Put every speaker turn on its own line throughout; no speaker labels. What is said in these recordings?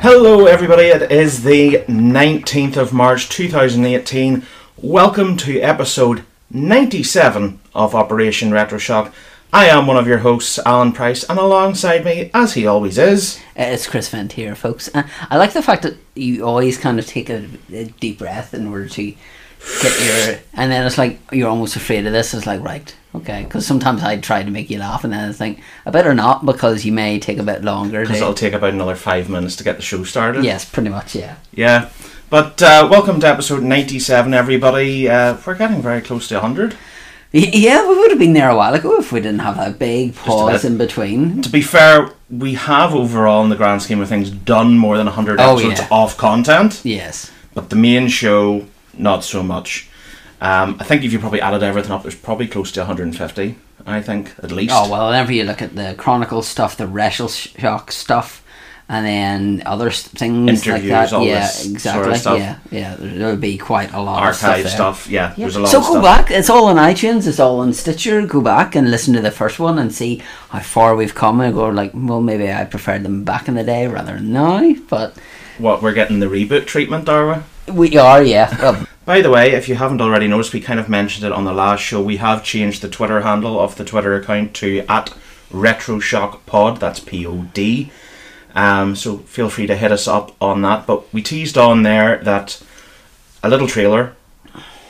Hello, everybody. It is the 19th of March 2018. Welcome to episode 97 of Operation Retroshock. I am one of your hosts, Alan Price, and alongside me, as he always is,
Uh, It's Chris Vent here, folks. Uh, I like the fact that you always kind of take a, a deep breath in order to get your, and then it's like you're almost afraid of this. It's like right, okay, because sometimes I try to make you laugh, and then I think I better not because you may take a bit longer.
because
to-
it'll take about another five minutes to get the show started.
yes, pretty much, yeah.
Yeah. But uh, welcome to episode 97, everybody. Uh, we're getting very close to 100.
Y- Yeah, we would have been there a while ago if we didn't have that big pause
bit.
in between.
To be fair, we have overall, in the grand scheme of things, done more than 100
Oh,
episodes
yeah.
of content.
Yes.
but the main show not so much um, I think if you probably added everything up there's probably close to 150 I think at least
Oh well, whenever you look at the Chronicle stuff, the Shock stuff, and then other s- things
Interviews,
like that.
all
yeah,
this
exactly.
sort of stuff.
Yeah, yeah. There'll be quite a lot of
archive
there.
stuff, yeah,
Yeah.
there's a lot
so
of
go
stuff
back. It's all on iTunes. It's all on Stitcher. Go back and listen to the first one and see how far we've come. And go like, well, maybe I preferred them back in the day rather than now. But
what we're getting the reboot treatment are we
we are, yeah. Oh, Well,
by the way if you haven't already noticed we kind of mentioned it on the last show we have changed the Twitter handle of the Twitter account to at RetroShockPod that's P-O-D um, so feel free to hit us up on that but we teased on there that a little trailer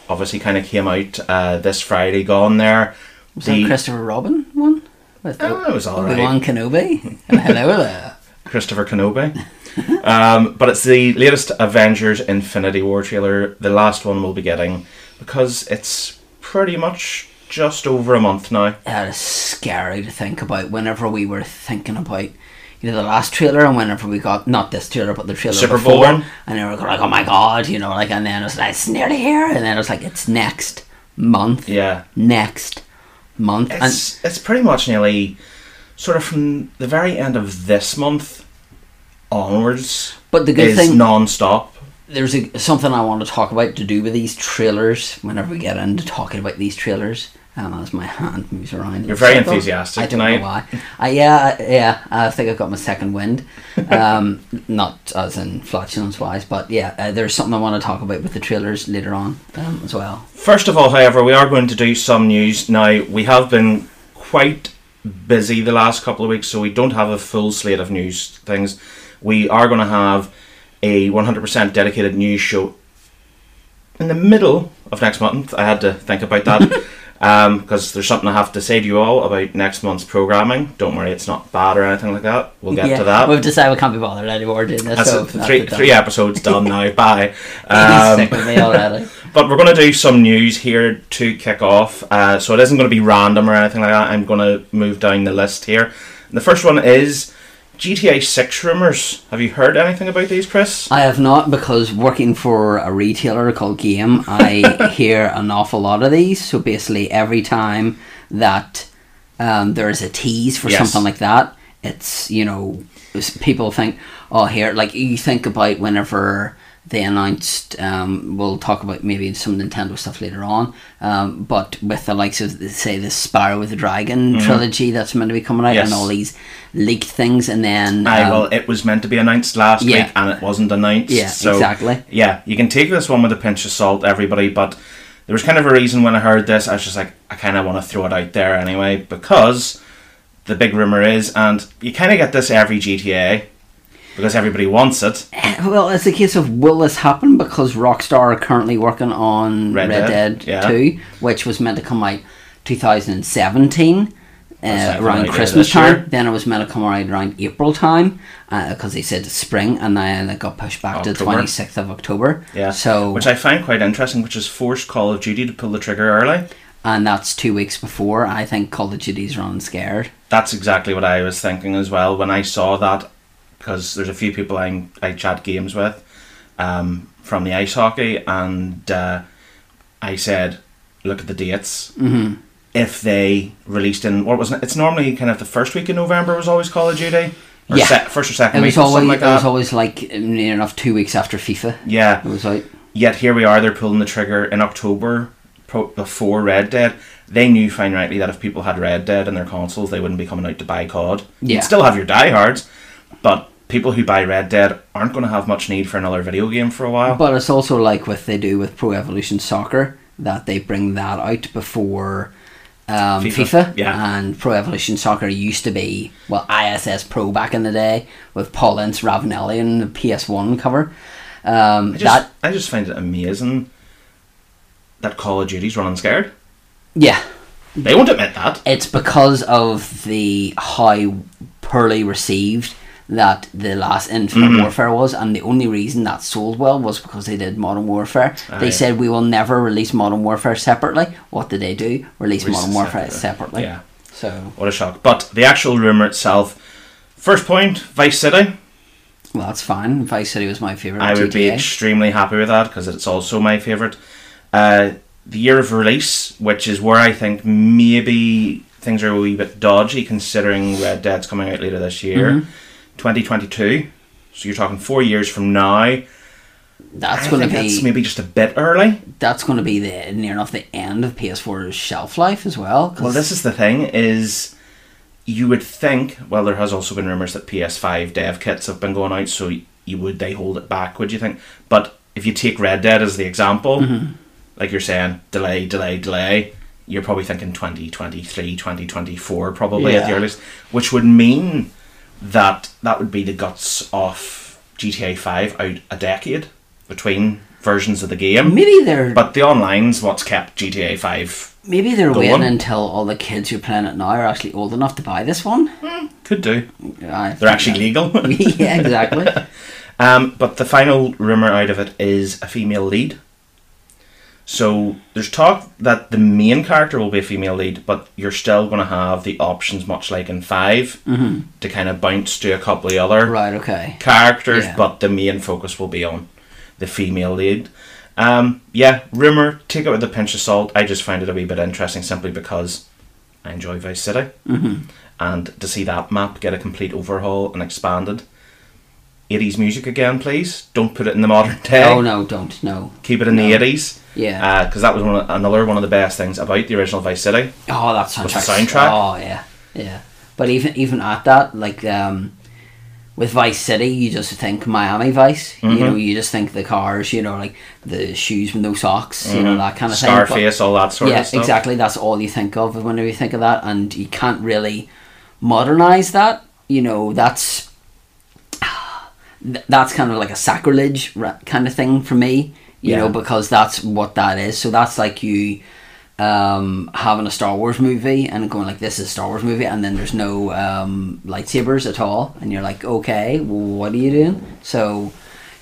obviously kind of came out uh, this Friday gone there
was that Christopher Robin one? With
Oh, it was all right.
Obi-Wan Kenobi. And hello there.
Christopher Kenobi. um, but it's the latest Avengers Infinity War trailer. The last one we'll be getting because it's pretty much just over a month now.
that is scary to think about whenever we were thinking about you know the last trailer and whenever we got not this trailer but the trailer
Super Bowl
before
one?
and they were like oh my god you know like and then it was like it's nearly here and then it was like it's next month
Yeah,
next month and
it's it's pretty much nearly sort of from the very end of this month onwards.
But the good
is
thing-
non-stop.
there's a, something I want to talk about to do with these trailers whenever we get into talking about these trailers um, as my hand moves around
You're very enthusiastic
I don't
tonight.
know why I, yeah I- yeah I think I got my second wind um, not as in flatulence wise but yeah uh, there's something I want to talk about with the trailers later on um, as well
First of all, however, we are going to do some news. Now, we have been quite busy the last couple of weeks, so we don't have a full slate of news things. We are going to have a 100% dedicated news show in the middle of next month. I had to think about that because there's something I have to say to you all about next month's programming. Don't worry, it's not bad or anything like that. We'll get
yeah,
to that.
we've decided we can't be bothered anymore doing this
That's
so
it.
that's
three,
it done.
three episodes done now. Bye.
He's
Um,
sick with me already
but we're going to do some news here to kick off. Uh, so it isn't going to be random or anything like that. I'm going to move down the list here. The first one is GTA 6 rumours. Have you heard anything about these, Chris?
I have not because working for a retailer called Game, I hear an awful lot of these. So basically, every time that um, there is a tease for
Yes.
something like that, it's you know s- people think, oh, here like you think about whenever they announced. Um, we'll talk about maybe some Nintendo stuff later on, um, but with the likes of say the Sparrow with the Dragon trilogy that's meant to be coming
Mm-hmm.
out,
Yes.
and all these leaked things, and then
Aye,
um,
well, it was meant to be announced last
Yeah.
week and it wasn't announced.
Yeah,
so,
exactly.
Yeah, you can take this one with a pinch of salt, everybody, but there was kind of a reason when I heard this, I was just like, I kind of want to throw it out there anyway because the big rumour is, and you kind of get this every GTA because everybody wants it.
Eh, Well, it's a case of will this happen because Rockstar are currently working on
Red
Red,
Dead,
Dead,
yeah.
2, which was meant to come out 2017. Uh,
not
around
really
Christmas
this year.
time, then it was meant to come out around April time because they said spring, and then it got pushed back to the
October.
twenty sixth of October.
Yeah.
So,
which I find quite interesting, which is forced Call of Duty to pull the trigger early.
and that's two weeks before. I think Call of Duty's running scared.
That's exactly what I was thinking as well when I saw that, because there's a few people I I chat games with, um, from the ice hockey, and uh, I said, look at the dates. Mm-hmm. If they released in what was it? It's normally kind of the first week in November was always Call of Duty. Or
Yeah.
se- first or second
It
week,
was
or
always
something like
it was
that.
always like near enough two weeks after FIFA.
yeah,
It was like
Yet here we are, they're pulling the trigger in October pro- before Red Dead. They knew fine rightly that if people had Red Dead in their consoles, they wouldn't be coming out to buy COD.
Yeah.
You'd still have your diehards, but people who buy Red Dead aren't going to have much need for another video game for a while.
But it's also like what they do with Pro Evolution Soccer that they bring that out before um,
FIFA,
FIFA.
yeah.
And Pro Evolution Soccer used to be well ISS Pro back in the day with Paul Ince Ravenelli and the PS1 cover. Um,
I just,
that
I just find it amazing that Call of Duty's running scared.
yeah,
They won't admit that.
it's because of the how poorly received that the last Infinite
Mm-hmm.
Warfare was, and the only reason that sold well was because they did Modern Warfare.
Aye.
They said we will never release Modern Warfare separately. What did they do? Release
Release
Modern
it
Warfare
separately.
separately.
Yeah.
So
What a shock. But the actual rumour itself. First point, Vice City.
well, that's fine. Vice City was my favorite.
I would be
GTA.
extremely happy with that because it's also my favourite. Uh, the year of release, which is where I think maybe things are a wee bit dodgy considering Red Dead's coming out later this year.
Mm-hmm.
2022. So you're talking four years from now.
that's
I
going to
think that's
be
maybe just a bit early.
that's going to be the near enough the end of PS4's shelf life as well. 'cause
Well, this is the thing is you would think, well, there has also been rumours that PS5 dev kits have been going out, so you would they hold it back, would you think? But if you take Red Dead as the example, like you're saying, delay, delay, delay, you're probably thinking 2023, 2024 probably at the
Yeah.
earliest, which would mean that that would be the guts of GTA 5 out a decade between versions of the game.
maybe they're
But the online's what's kept GTA 5
maybe they're
Go
waiting
on.
until all the kids who are playing it now are actually old enough to buy this one.
could do.
I
Hmm. They're
think
actually legal.
that- yeah, exactly.
Um, but the final rumor out of it is a female lead. So there's talk that the main character will be a female lead, but you're still going to have the options, much like in 5 to kind of bounce to a couple of the other
Mm-hmm. right. Okay.
characters.
Yeah.
But the main focus will be on the female lead. Um, yeah, rumor. Take it with a pinch of salt. I just find it a wee bit interesting, simply because I enjoy Vice City,
Mm-hmm.
and to see that map get a complete overhaul and expanded. 80s music again, please. Don't put it in the modern day.
Oh no, don't no.
Keep it in the 80s.
Yeah.
Because that was one of, another one of the best things about the original Vice City.
Oh, that
With
soundtrack.
Ah. the soundtrack?
Oh yeah, yeah. But even even at that, like um, with Vice City, you just think Miami Vice.
Mm-hmm.
You know, you just think the cars. You know, like the shoes with no socks. You know that kind of thing. But-
Mm-hmm. Scarface, all that sort
yeah,
of stuff.
exactly. That's all you think of whenever you think of that, and you can't really modernize that. You know, that's th- that's kind of like a sacrilege ra- kind of thing for me. You
Yeah.
know, because that's what that is. So that's like you um, having a Star Wars movie and going like, "This is a Star Wars movie," and then there's no um, lightsabers at all, and you're like, "Okay, what are you doing?" So,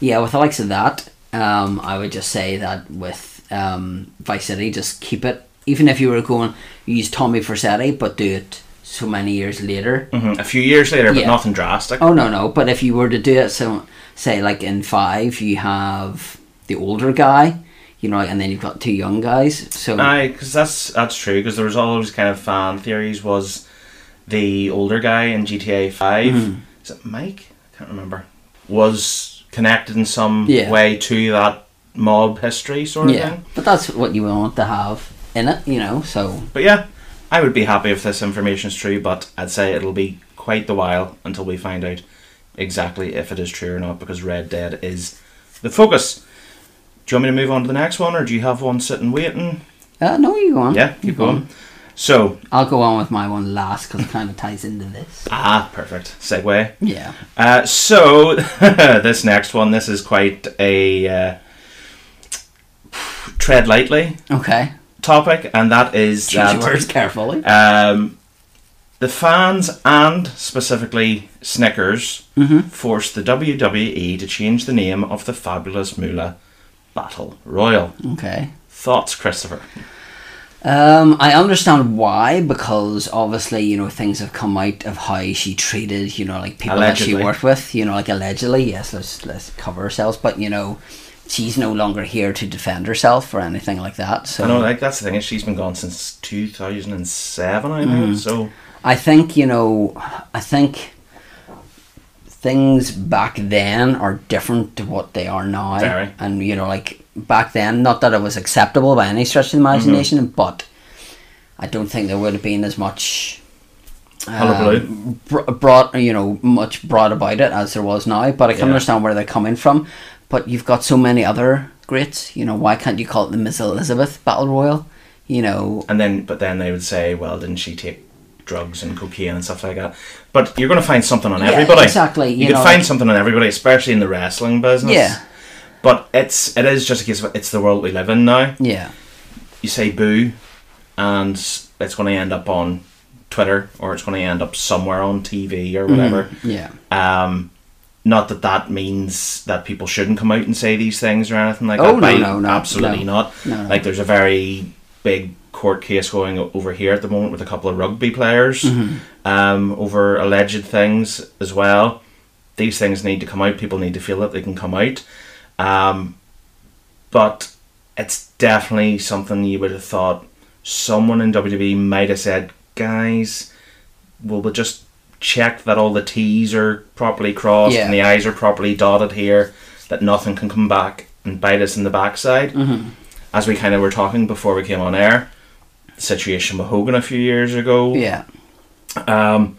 yeah, with the likes of that, um, I would just say that with um, Vice City, just keep it. Even if you were going, use Tommy Vercetti, but do it so many years later.
Mhm, A few years later, but
Yeah.
nothing drastic.
Oh no, no. But if you were to do it, so say like in five, you have the older guy, you know, and then you've got two young guys. So
Aye, because that's that's true. Because there was always kind of fan theories. Was the older guy in GTA Five?
Mm-hmm.
Is it Mike? I can't remember. Was connected in some
Yeah.
way to that mob history sort of
yeah,
thing.
but that's what you want to have in it, you know. So
But yeah, I would be happy if this information's true. But I'd say it'll be quite the while until we find out exactly if it is true or not. Because Red Dead is the focus. Do you want me to move on to the next one, or do you have one sitting waiting?
uh, no, you go on.
Yeah,
You
keep
go on.
going. So
I'll go on with my one last because it kind of ties into this.
ah, perfect segue.
Yeah.
Uh, so this next one, this is quite a uh, tread lightly
Okay.
topic, and that is
Choose your
that
words carefully.
um, the fans and specifically Snickers forced the WWE to change the name of the Fabulous Moolah Battle Royal.
Okay.
Thoughts, Christopher?
Um, I understand why because obviously you know things have come out of how she treated you know like people that
Allegedly.
she worked with you know like allegedly yes let's let's cover ourselves but you know she's no longer here to defend herself or anything like that so
I know, like that's the thing is she's been gone since two thousand and seven. I know, so
I think you know, I think things back then are different to what they are now,
Very.
and you know, like back then, not that it was acceptable
Mm-hmm.
by any stretch of the imagination, but I don't think there would have been as much um,
Hullabaloo.
br- brought you know much brought about it as there was now. But I
Yeah.
can understand where they're coming from. But you've got so many other greats. You know why can't you call it the Miss Elizabeth Battle Royal? You know,
and then but then they would say, well, didn't she take drugs and cocaine and stuff like that? But you're going to find something on everybody.
exactly,
You,
you
could
know,
find
like-
something on everybody, especially in the wrestling business.
Yeah.
But it's it is just a case of it's the world we live in now.
yeah,
You say boo, and it's going to end up on Twitter or it's going to end up somewhere on TV or
Mm.
whatever.
yeah,
Um, not that that means that people shouldn't come out and say these things or anything like
Oh,
that.
no,
by-
no, no,
absolutely
no.
not.
No, no.
Like there's a very big court case going o- over here at the moment with a couple of rugby players
Mm-hmm.
um, over alleged things as well. These things need to come out. People need to feel that they can come out. Um, but it's definitely something you would have thought someone in WWE might have said, guys, we'll we'll just check that all the T's are properly crossed
Yeah.
and the I's are properly dotted here, that nothing can come back and bite us in the backside. Mm-hmm. As we kind of were talking before we came on air, the situation with Hogan a few years ago.
yeah,
Um,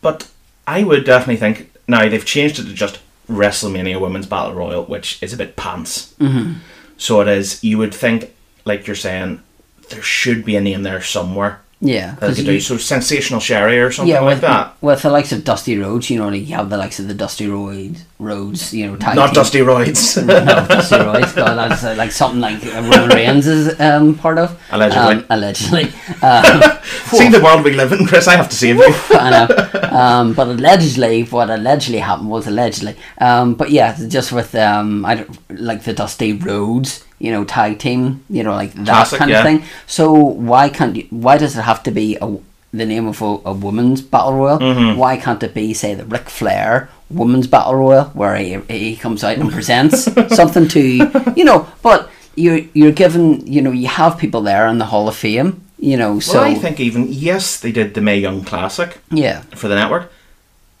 but I would definitely think now they've changed it to just WrestleMania Women's Battle Royal, which is a bit pants. Mm-hmm. So it is. You would think, like you're saying, there should be a name there somewhere
yeah.
that they
'Cause
could
you-
do. So sensational Sherry or something like
with,
that.
With the likes of Dusty Rhodes, you know, like you have the likes of the Dusty Road Roads, you know, tag
Not
team-
Dusty Roids.
No, Dusty Rhodes. God, that's uh, like something like uh, Roman Reigns is um, part of.
Allegedly.
Um, allegedly.
See the world we live in, Chris. I have to save you.
I know. Um, but allegedly, what allegedly happened was allegedly. Um, but yeah, just with um, I don't, like the Dusty Rhodes, you know, tag team, you know, like that
Classic,
kind
yeah.
of thing. So why can't you? Why does it have to be a, the name of a, a woman's battle royal?
Mm-hmm.
Why can't it be say the Ric Flair women's battle royal where he, he comes out and presents something to you know? But you're you're given you know you have people there in the Hall of Fame. You know, so
well, I think even yes, they did the May Young Classic
yeah,
for the network.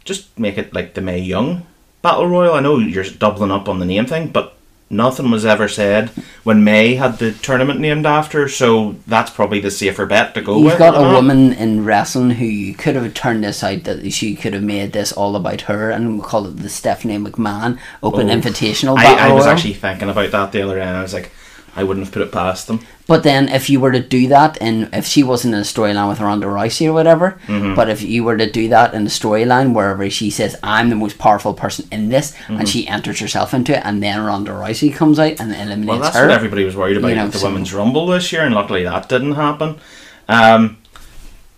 Just make it like the May Young Battle Royal. I know you're doubling up on the name thing, but nothing was ever said when May had the tournament named after. So that's probably the safer bet to go with.
You've got
isn't
a
it?
woman in wrestling who you could have turned this out that she could have made this all about her and we call it the Stephanie McMahon Open
Oh.
Invitational Battle
I, I was
Royal.
actually thinking about that the other day, and I was like, I wouldn't have put it past them.
But then if you were to do that and if she wasn't in a storyline with Ronda Rousey or whatever,
Mm-hmm.
but if you were to do that in a storyline wherever she says, I'm the most powerful person in this
Mm-hmm.
and she enters herself into it and then Ronda Rousey comes out and eliminates
Well, that's
her.
what everybody was worried about
You know,
with the
so-
women's rumble this year, and luckily that didn't happen. Um,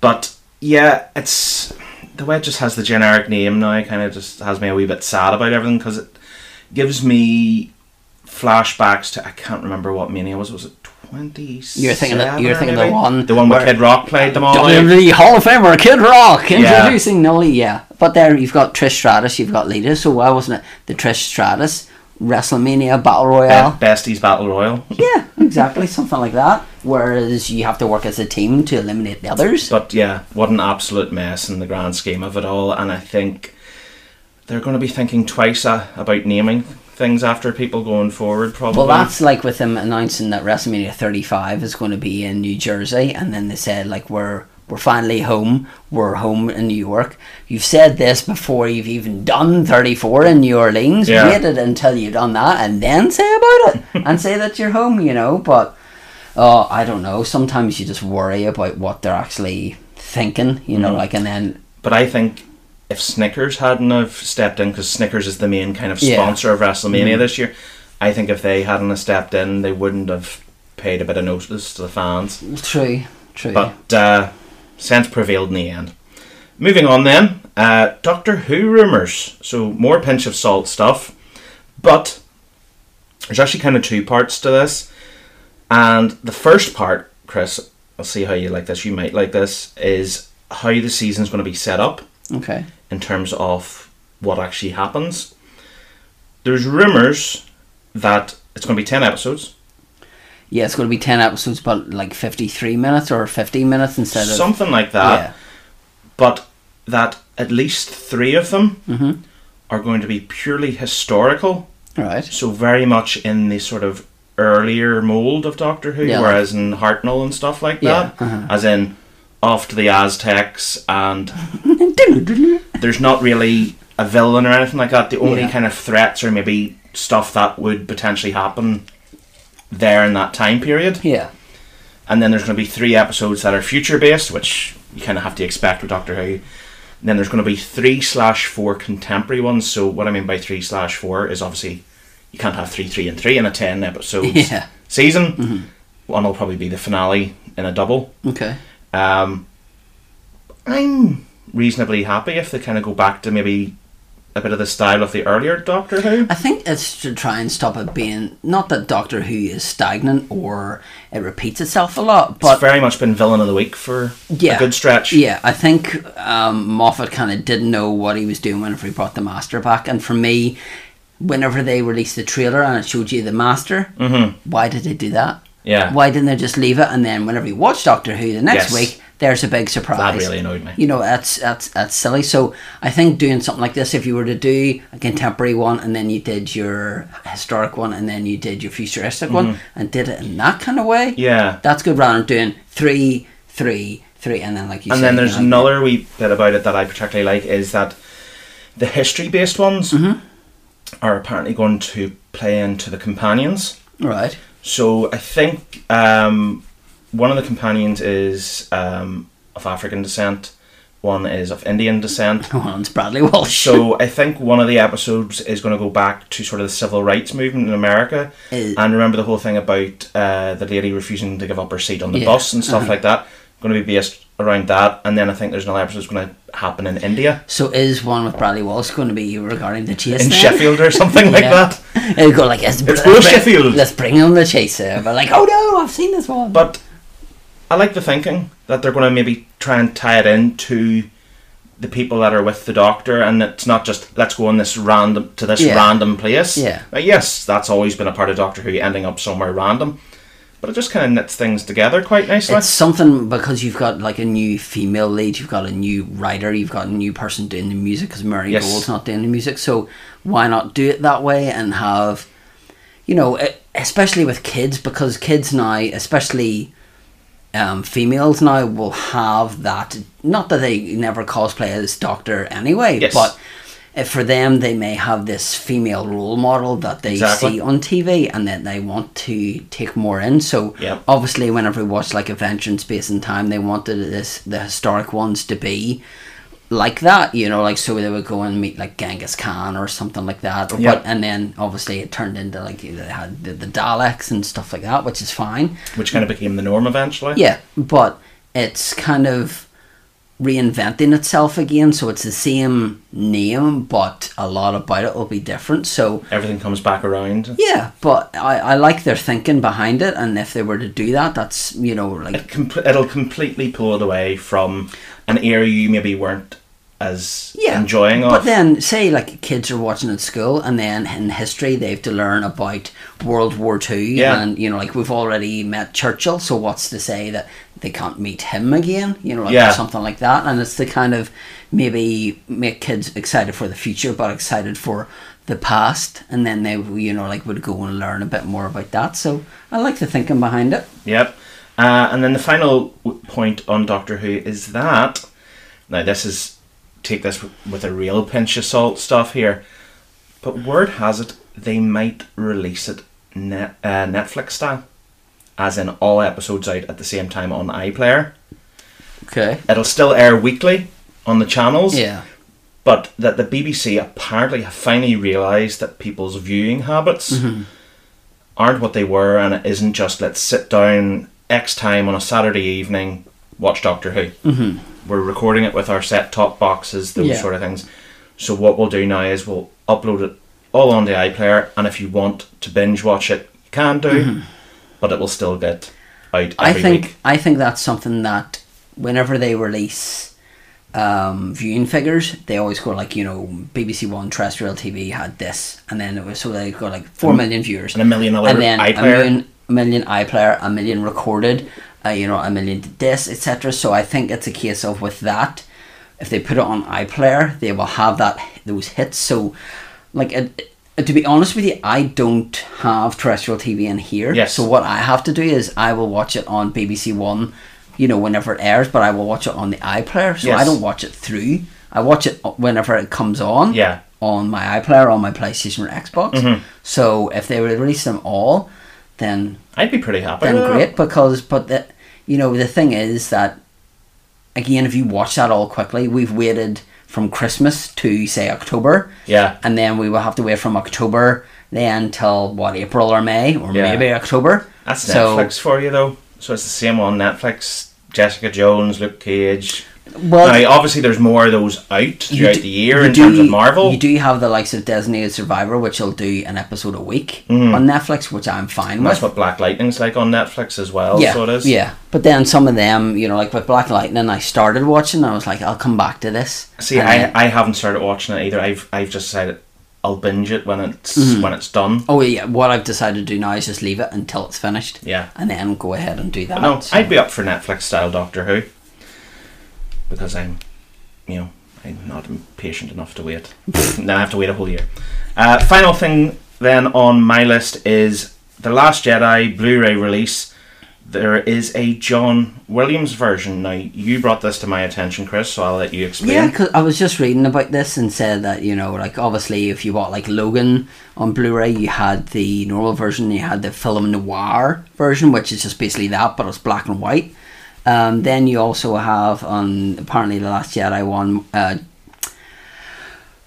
but yeah, it's the way it just has the generic name now. Kind of just has me a wee bit sad about everything because it gives me flashbacks to I can't remember what mania was. Was it twenty?
You're thinking that- you're thinking the one
the one where
where- E,
Kid Rock played them all. out.
WWE Hall of Famer Kid Rock
Yeah.
introducing Nolly, yeah. But there you've got Trish Stratus, you've got Lita, so why wasn't it the Trish Stratus WrestleMania Battle Royale?
Be- Besties Battle Royal.
yeah, exactly, something like that. Whereas you have to work as a team to eliminate the others.
But yeah, what an absolute mess in the grand scheme of it all. And I think they're going to be thinking twice uh, about naming things after people going forward, probably.
Well, that's like with them announcing that WrestleMania 35 is going to be in New Jersey, and then they said like we're we're finally home, we're home in New York. You've said this before you've even done 34 in New Orleans.
Yeah.
Waited until you've done that, and then say about it and say that you're home. You know, but uh, I don't know. Sometimes you just worry about what they're actually thinking. You
Mm-hmm.
know, like and then
But I think if Snickers hadn't have stepped in, because Snickers is the main kind of
Yeah. Mm-hmm.
sponsor of WrestleMania this year, I think if they hadn't have stepped in, they wouldn't have paid a bit of notice to the fans.
true, true.
But uh, sense prevailed in the end. Moving on then, uh, Doctor Who rumours. So more pinch of salt stuff. But there's actually kind of two parts to this. And the first part, Chris, I'll see how you like this, you might like this, is how the season's going to be set up
okay.
in terms of what actually happens. There's rumours that it's going to be 10 episodes.
Yeah, it's going to be 10 episodes, but like 53 minutes or 15 minutes instead of.
Something like that.
yeah.
but that at least three of them
Mm-hmm.
are going to be purely historical.
Right.
So very much in the sort of earlier mold of Doctor Who,
Yeah.
whereas in Hartnell and stuff like
Yeah, uh-huh.
that, as in off to the Aztecs, and there's not really a villain or anything like that. The only
Yeah.
kind of threats are maybe stuff that would potentially happen there in that time period.
yeah.
And then there's going to be three episodes that are future based, which you kind of have to expect with Doctor Who. And then there's going to be three slash four contemporary ones. So what I mean by three slash four is obviously you can't have three, three, and three in a ten episodes
Yeah. Mm-hmm.
season. One will probably be the finale in a double.
Okay.
Um, I'm reasonably happy if they kind of go back to maybe a bit of the style of the earlier Doctor Who.
I think it's to try and stop it being not that Doctor Who is stagnant or it repeats itself a lot, but
it's very much been villain of the week for
Yeah.
a good stretch.
Yeah, I think um, Moffat kind of didn't know what he was doing whenever he brought the Master back. And for me, whenever they released the trailer and it showed you the Master, mm why did they do that?
Mm-hmm. Yeah.
Why didn't they just leave it? And then whenever you watch Doctor Who the next
Yes.
week, there's a big surprise.
really annoyed me.
You know, that's that's that's silly. So I think doing something like this, if you were to do a contemporary one and then you did your historic one and then you did your futuristic
Mm-hmm.
one and did it in that kind of way,
Yeah.
that's good rather than doing three, three, three, and then like you
and
say,
then there's
you know,
another wee bit about it that I particularly like is that the history based ones are apparently going to play into the companions.
Right.
So I think um, one of the companions is um, of African descent, one is of Indian descent.
Come on, it's Bradley Walsh.
So I think one of the episodes is going to go back to sort of the civil rights movement in America,
Eh.
and remember the whole thing about uh, the lady refusing to give up her seat on the
Yeah, uh-huh.
bus and stuff like that. Going to be based around that, and then I think there's another episode that's going to happen in India,
So is one with Bradley Walsh going to be regarding the chase?
in
then?
Sheffield or something like
Yeah.
that.
It'll go like, it's,
It's Will Sheffield.
Let's bring on the chaser. But like, oh no, I've seen this one.
But I like the thinking that they're going to maybe try and tie it into the people that are with the doctor, and it's not just let's go on this random to this
Yeah.
random place.
Yeah.
Now, yes, that's always been a part of Doctor Who, ending up somewhere random, but it just kind of knits things together quite nicely.
it's something because you've got like a new female lead, you've got a new writer, you've got a new person doing the music because Murray
Yes.
Gold's not doing the music. So why not do it that way and have, you know, e- especially with kids because kids now, especially um, females now, will have that. Not that they never cosplay as Doctor anyway,
Yes.
but. eh, For them, they may have this female role model that they
Exactly.
see on TV and that they want to take more in. So
Yep.
obviously whenever we watch like Adventure in Space and Time, they wanted this the historic ones to be like that, you know, like so they would go and meet like Genghis Khan or something like that.
Yep.
But and then obviously it turned into like they had the, the Daleks and stuff like that, which is fine.
which kind of became the norm eventually.
Yeah, but it's kind of reinventing itself again, so it's the same name, but a lot about it will be different. So
Everything comes back around.
yeah, but I, I like their thinking behind it, and if they were to do that, that's you know like
It compl- it'll completely pull it away from an era you maybe weren't as enjoying
But
of.
then, say like kids are watching at school, and then in history they have to learn about World War Two,
Yeah.
and you know, like we've already met Churchill, so what's to say that they can't meet him again? You know, like
Yeah.
something like that. And it's the kind of maybe make kids excited for the future, but excited for the past, and then they you know like would go and learn a bit more about that. So I like the thinking behind it.
Yep. Uh, and then the final w- point on Doctor Who is that now this is take this w- with a real pinch of salt stuff here, but word has it they might release it net, uh, Netflix style, as in all episodes out at the same time on iPlayer.
Okay.
It'll still air weekly on the channels,
Yeah.
but that the BBC apparently have finally realised that people's viewing habits
Mm-hmm.
aren't what they were, and it isn't just let's sit down X time on a Saturday evening, watch Doctor Who. Mm-hmm. We're recording it with our set top boxes, those
Yeah.
sort of things. So, what we'll do now is we'll upload it all on the iPlayer, and if you want to binge watch it, you can do, but it will still get out every
Mm-hmm. I think
week.
I think that's something that whenever they release um, viewing figures, they always go like you know BBC One terrestrial TV had this, and then it was so they go like four million viewers,
And a million other
and then a
iPlayer.
million, a million iPlayer, a million recorded, uh, you know, a million did this, etc. So I think it's a case of with that, if they put it on iPlayer, they will have that those hits. So, like, it, it- to be honest with you, I don't have terrestrial TV in here.
Yes.
So what I have to do is I will watch it on BBC One. you know, whenever it airs, but I will watch it on the iPlayer. So I
Yes.
don't watch it through. I watch it whenever it comes on.
Yeah. Mm-hmm.
On my iPlayer, on my PlayStation or Xbox. So if they would release them all, then
I'd be pretty happy.
then
with that.
great because but the you know the thing is that again if you watch that all quickly we've waited from christmas to say october
Yeah.
and then we will have to wait from october then till what april or may or
Yeah.
maybe october
That's
so
Netflix for you, though. So it's the same on Netflix. Jessica Jones, Luke Cage.
well
now, obviously, there's more of those out
you
throughout
d-
the year
you
in terms
do-
of Marvel.
you do have the likes of designated survivor which will do an episode a week on netflix which i'm fine
And Mm-hmm.
with
that's what Black Lightning's like on Netflix as well.
yeah,
so it is.
yeah, but then some of them, you know, like with Black Lightning, I started watching. I was like, I'll come back to this.
See,
And then-
I, I haven't started watching it either. I've I've just decided I'll binge it when it's when it's done.
Oh yeah, what I've decided to do now is just leave it until it's finished.
Yeah.
And then go ahead and do that.
But no,
So-
I'd be up for Netflix style Doctor Who because I'm, you know, I'm not patient enough to wait. then I have to wait a whole year. Uh, final thing then on my list is the Last Jedi Blu-ray release. There is a John Williams version. Now you brought this to my attention, Chris, so I'll let you explain.
yeah, because I was just reading about this and said that you know, like obviously, if you bought like Logan on Blu-ray, you had the normal version, you had the film noir version, which is just basically that, but it's black and white. Um, then you also have on apparently the Last Jedi one. Uh,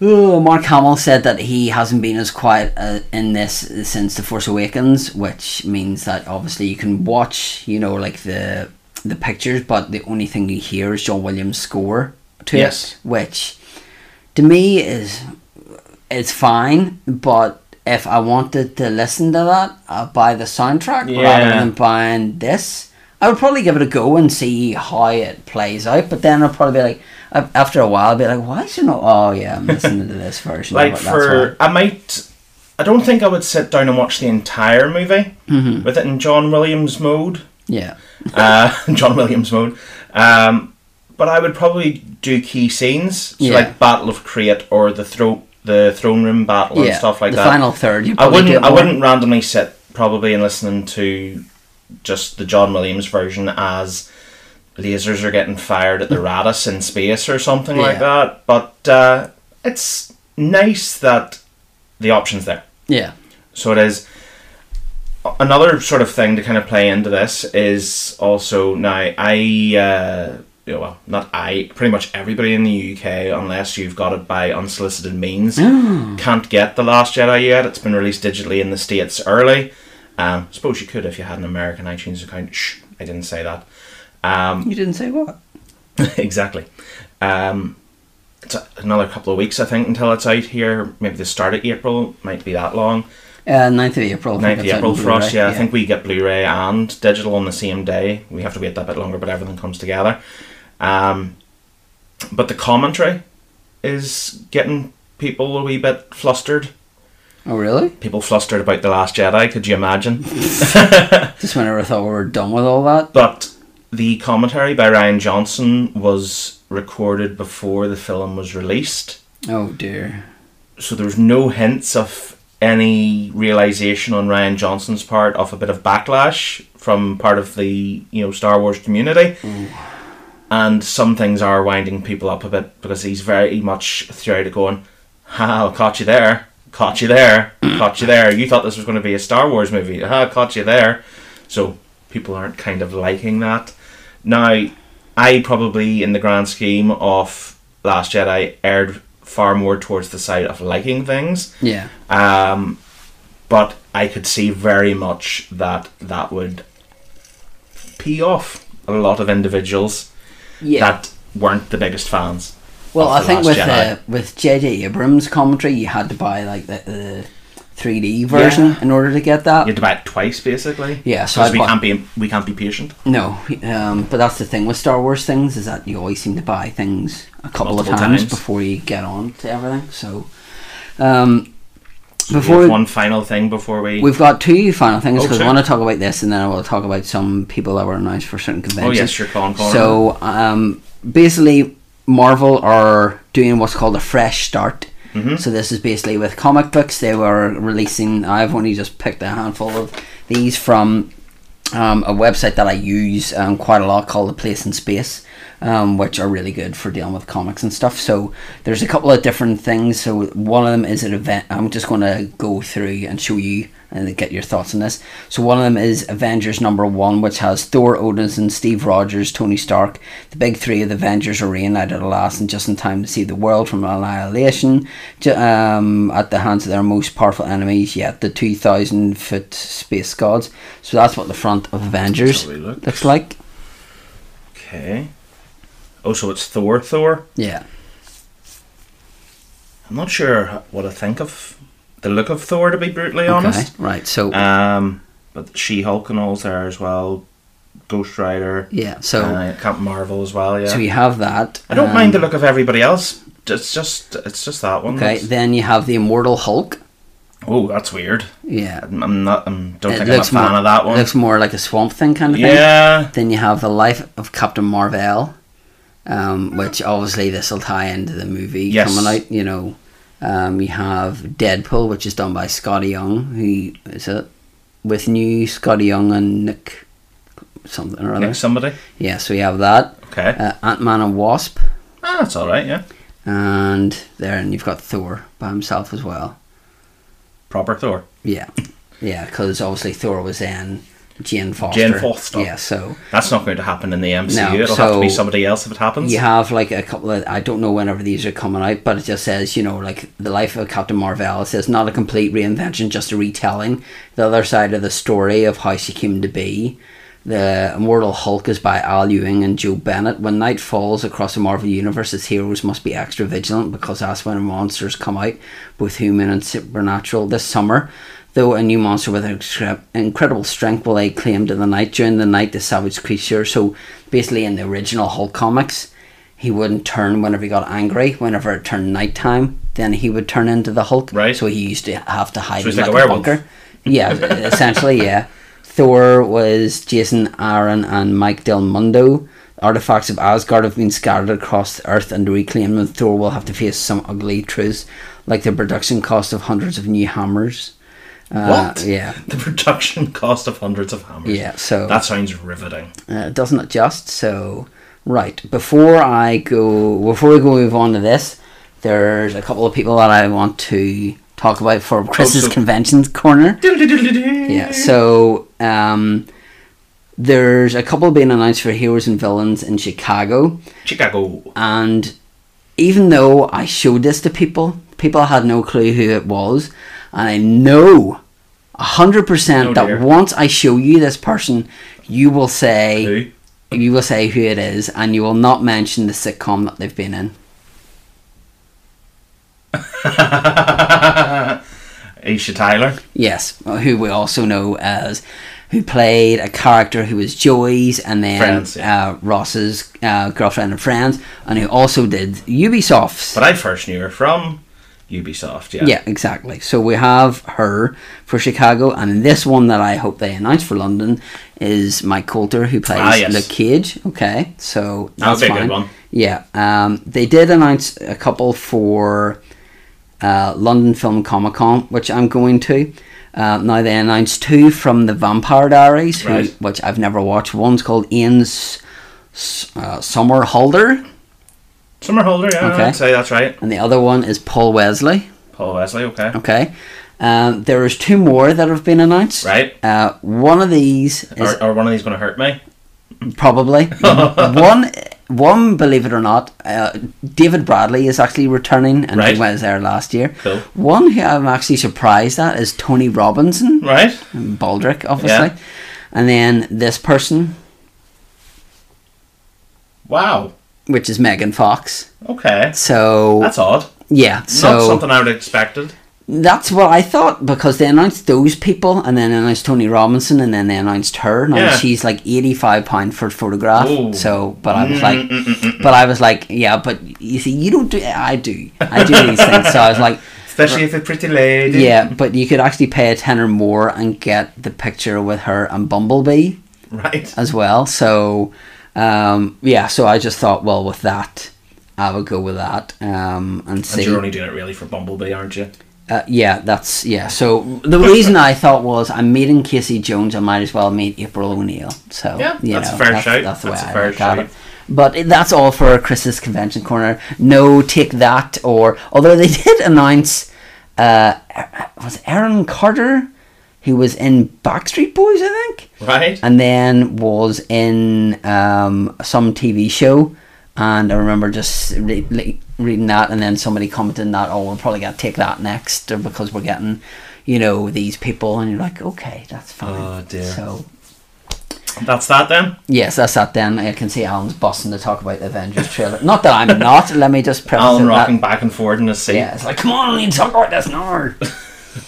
oh, Mark Hamill said that he hasn't been as quiet uh, in this since The Force Awakens, which means that obviously you can watch, you know, like the the pictures, but the only thing you hear is John Williams' score to
Yes.
it, which to me is it's fine, but if I wanted to listen to that, I'd buy the soundtrack rather
Yeah.
than buying this. I would probably give it a go and see how it plays out, but then I'll probably be like, a- after a while, I'll be like, why is it not? Oh, yeah, I'm listening to this version.
like
of it,
for I might I don't think I would sit down and watch the entire movie
Mm-hmm.
with it in John Williams mode
why. Yeah.
uh, John Williams mode um, but I would probably do key scenes so
Yeah.
like Battle of Crete or the thro- the throne room battle and
yeah.
stuff like
the
that
final third. you'd
I
probably do
wouldn't
it
I
more.
wouldn't randomly sit probably and listening to just the John Williams version as lasers are getting fired at the Radis in space or something like
Mm. Yeah.
that. But uh, it's nice that the option's there.
Yeah.
So it is. Another sort of thing to kind of play into this is also now I uh, yeah, well not I pretty much everybody in the UK unless you've got it by unsolicited means can't get the Last Jedi yet. It's been released digitally in the states early. Um, suppose you could if you had an American iTunes account. Shh, I didn't say that. Um,
You didn't say what?
exactly. Um, it's a- another couple of weeks I think until it's out here. Maybe the start of April might be that long.
Uh, 9th of April. I think
9th of
it's out
April
in
for us,
Blu-ray,
yeah, I think we get Blu ray and digital on the same day. We have to wait that bit longer, but everything comes together. Um, but the commentary is getting people a wee bit flustered.
Oh, really?
People flustered about The Last Jedi, could you imagine?
Just whenever I thought we were done with all that.
But the commentary by Ryan Johnson was recorded before the film was released.
Oh, dear.
so there's no hints of any realization on Ryan Johnson's part of a bit of backlash from part of the you know Star Wars community, and some things are winding people up a bit because he's very much throughout it going, "Ha, I caught you there, caught you there, caught you there. You thought this was going to be a Star Wars movie, ha, caught you there." So people aren't kind of liking that. Now, I probably, in the grand scheme of Last Jedi, erred far more towards the side of liking things.
Yeah.
Um, but I could see very much that that would pee off a lot of individuals
Yeah.
that weren't the biggest fans.
Well,
of
I
The
think
Last
with
Jedi.
uh, with J.J. Abrams' commentary, you had to buy like the, the 3D version
Yeah.
in order to get that.
you had to buy it twice, basically.
Uh, Yeah, so
because
I
we
bought-
can't be we can't be patient.
No, um, but that's the thing with Star Wars things is that you always seem to buy things a couple
Multiple
of times,
times.
before you get on to everything. So, um,
We have
before
one final thing before we
We've got two final things because
Okay.
I want to talk about this, and then I will talk about some people that were announced for certain conventions.
Oh, yes, your con corner.
So um, basically, Marvel are doing what's called a fresh start.
Mm-hmm.
So this is basically with comic books. They were releasing. I've only just picked a handful of these from um, a website that I use um, quite a lot called The Place in Space, um, which are really good for dealing with comics and stuff. So there's a couple of different things. So one of them is an event. I'm just going to go through and show you and get your thoughts on this. So one of them is Avengers number one, which has Thor, Odinson, Steve Rogers, Tony Stark. The big three of the Avengers are reunited at last and just in time to save the world from annihilation ju- um, at the hands of their most powerful enemies yet, the 2,000 foot space gods. So that's what the front of Avengers
Shall we look?
looks like.
Okay. Oh, so it's Thor. Thor.
Yeah.
I'm not sure what I think of the look of Thor, to be brutally honest.
Okay. Right. So
Um, but She Hulk and all's there as well. Ghost Rider.
yeah. So
uh, Captain Marvel as well. Yeah.
so you have that.
I don't
um,
mind the look of everybody else. It's just it's just that one.
Okay.
that's-
Then you have the Immortal Hulk.
oh, that's weird.
Yeah.
I'm- I'm not. I'm, don't
It
think I'm a fan
more,
of that one.
Looks more like a Swamp Thing kind of thing.
yeah.
Then you have the life of Captain Marvel, um, which obviously this will tie into the movie
Yes.
coming out. You know, um, you have Deadpool, which is done by Scotty Young. Who is it? With new Scotty Young and Nick something or other.
Nick somebody.
Yeah, so you have that.
Okay.
Uh, Ant Man and Wasp,
ah, that's all right. Yeah.
and there, and you've got Thor by himself as well.
Proper Thor.
Yeah, yeah, because obviously Thor was in Jane Foster.
Jane Foster.
Yeah, so
That's not going to happen in the MCU.
No,
It'll have to be
so-
somebody else if it happens.
You have like a couple of I don't know whenever these are coming out, but it just says you know like the life of Captain Marvel. It says not a complete reinvention, just a retelling. The other side of the story of how she came to be. The Immortal Hulk is by Al Ewing and Joe Bennett. When night falls across the Marvel universe, its heroes must be extra vigilant because that's when monsters come out, both human and supernatural. This summer, Though a new monster with excre- incredible strength will lay claim to the night. During the night, the savage creature. So basically, in the original Hulk comics, he wouldn't turn whenever he got angry. Whenever it turned nighttime, then he would turn into the Hulk.
Right.
So he used to have to hide
So he's
in
like a
a
werewolf.
bunker. Yeah, essentially, yeah. Thor was Jason Aaron and Mike Del Mundo. Artifacts of Asgard have been scattered across the earth and reclaimed, and Thor will have to face some ugly truths, like the production cost of hundreds of new hammers. Uh,
What?
yeah.
The production cost of hundreds of hammers.
Yeah, so
That sounds riveting.
uh, it doesn't adjust. So right before I go, before we go move on to this, there's a couple of people that I want to talk about for Chris's
Oh, so-
conventions corner. Yeah, so um, there's a couple being announced for Heroes and Villains in Chicago,
Chicago.
and even though I showed this to people, people had no clue who it was, and I know. 100%
Oh,
that
dear.
once I show you this person, you will say,
Who?
you will say who it is, and you will not mention the sitcom that they've been in.
Aisha Tyler.
Yes, uh, who we also know as who played a character who was Joey's and then
Friends,
uh, Ross's uh, girlfriend and friends, and who also did Ubisoft's.
But I first knew her from Ubisoft. Yeah.
yeah, exactly. So we have her for Chicago, and this one that I hope they announce for London is Mike Coulter, who plays
Ah, yes.
Luke Cage. Okay, so
That'll
that's
be a good
fine.
one.
Yeah, um, they did announce a couple for uh, London Film Comic Con, which I'm going to. Uh, now they announced two from the Vampire Diaries, who,
Right.
which I've never watched. One's called Ian's uh, Summer Holder,
Summer Holder. Yeah,
Okay.
I'd say that's right.
and the other one is Paul Wesley.
Paul Wesley. Okay.
Okay. Um, there is two more that have been announced.
Right.
Uh, one of these is
Or, or one of these going to hurt me?
probably one. One, believe it or not, uh, David Bradley is actually returning, and
Right.
he was there last year.
Cool.
One who I'm actually surprised at is Tony Robinson,
Right.
Baldric, obviously, and then this person,
Wow.
which is Megan Fox.
Okay.
So
That's odd.
yeah, so
Not something I would have expected.
That's what I thought because they announced those people and then they announced Tony Robinson and then they announced her. Now
Yeah.
she's like eighty five pound for a photograph.
Ooh.
So, but I was like,
Mm-mm-mm-mm.
but I was like, yeah, but you see, you don't do. I do. I do these things. So I was like,
Especially if a pretty lady.
yeah, but you could actually pay a ten or more and get the picture with her and Bumblebee
Right.
as well. So, um, yeah. So I just thought, well, with that, I would go with that um, and see.
And you're only doing it really for Bumblebee, aren't you?
Uh, yeah, that's yeah. So the reason I thought was I'm meeting Casey Jones. I might as well meet April O'Neil. So
Yeah,
you
that's a
know,
fair
that's,
shout.
That's the
That's
way
a
I
fair
look at
shout.
it. But it- that's all for Chris's convention corner. No, take that. Or although they did announce, uh, was it Aaron Carter, who was in Backstreet Boys, I think
Right?
and then was in um, some TV show. And I remember just re- like, reading that, and then somebody commented that, "Oh, we're probably gonna take that next uh, because we're getting, you know, these people." And you're like, "Okay, that's fine."
Oh, dear.
So
That's that then.
yes, that's that. Then I can see Alan's busting to talk about the Avengers trailer. Not that I'm not. Let me just preface
Alan
it that-
rocking back and forth in his seat.
Yeah, it's like, come on, we need to talk about this now.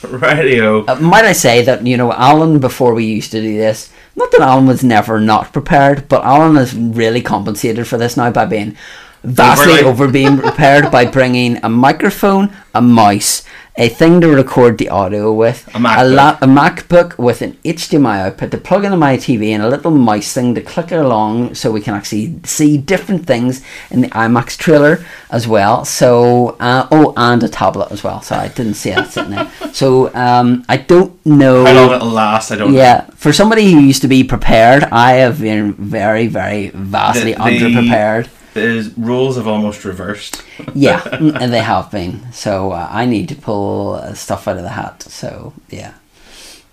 Radio.
Uh, might I say that you know Alan before we used to do this. Not that Alan was never not prepared, but Alan has really compensated for this now by being vastly
Overly.
over being prepared by bringing a microphone, a mouse, a thing to record the audio with,
A MacBook.
a MacBook with an HDMI output to plug into my TV, and a little mouse thing to click it along so we can actually see different things in the IMAX trailer as well. So, uh, oh, and a tablet as well. So I didn't see it sitting there. So um, I don't know.
How long it'll last, I don't know.
Yeah, for somebody who used to be prepared, I have been very, very vastly
The- the-
underprepared.
The rules have almost reversed.
Yeah, mm, and they have been. So uh, I need to pull uh, stuff out of the hat. So yeah,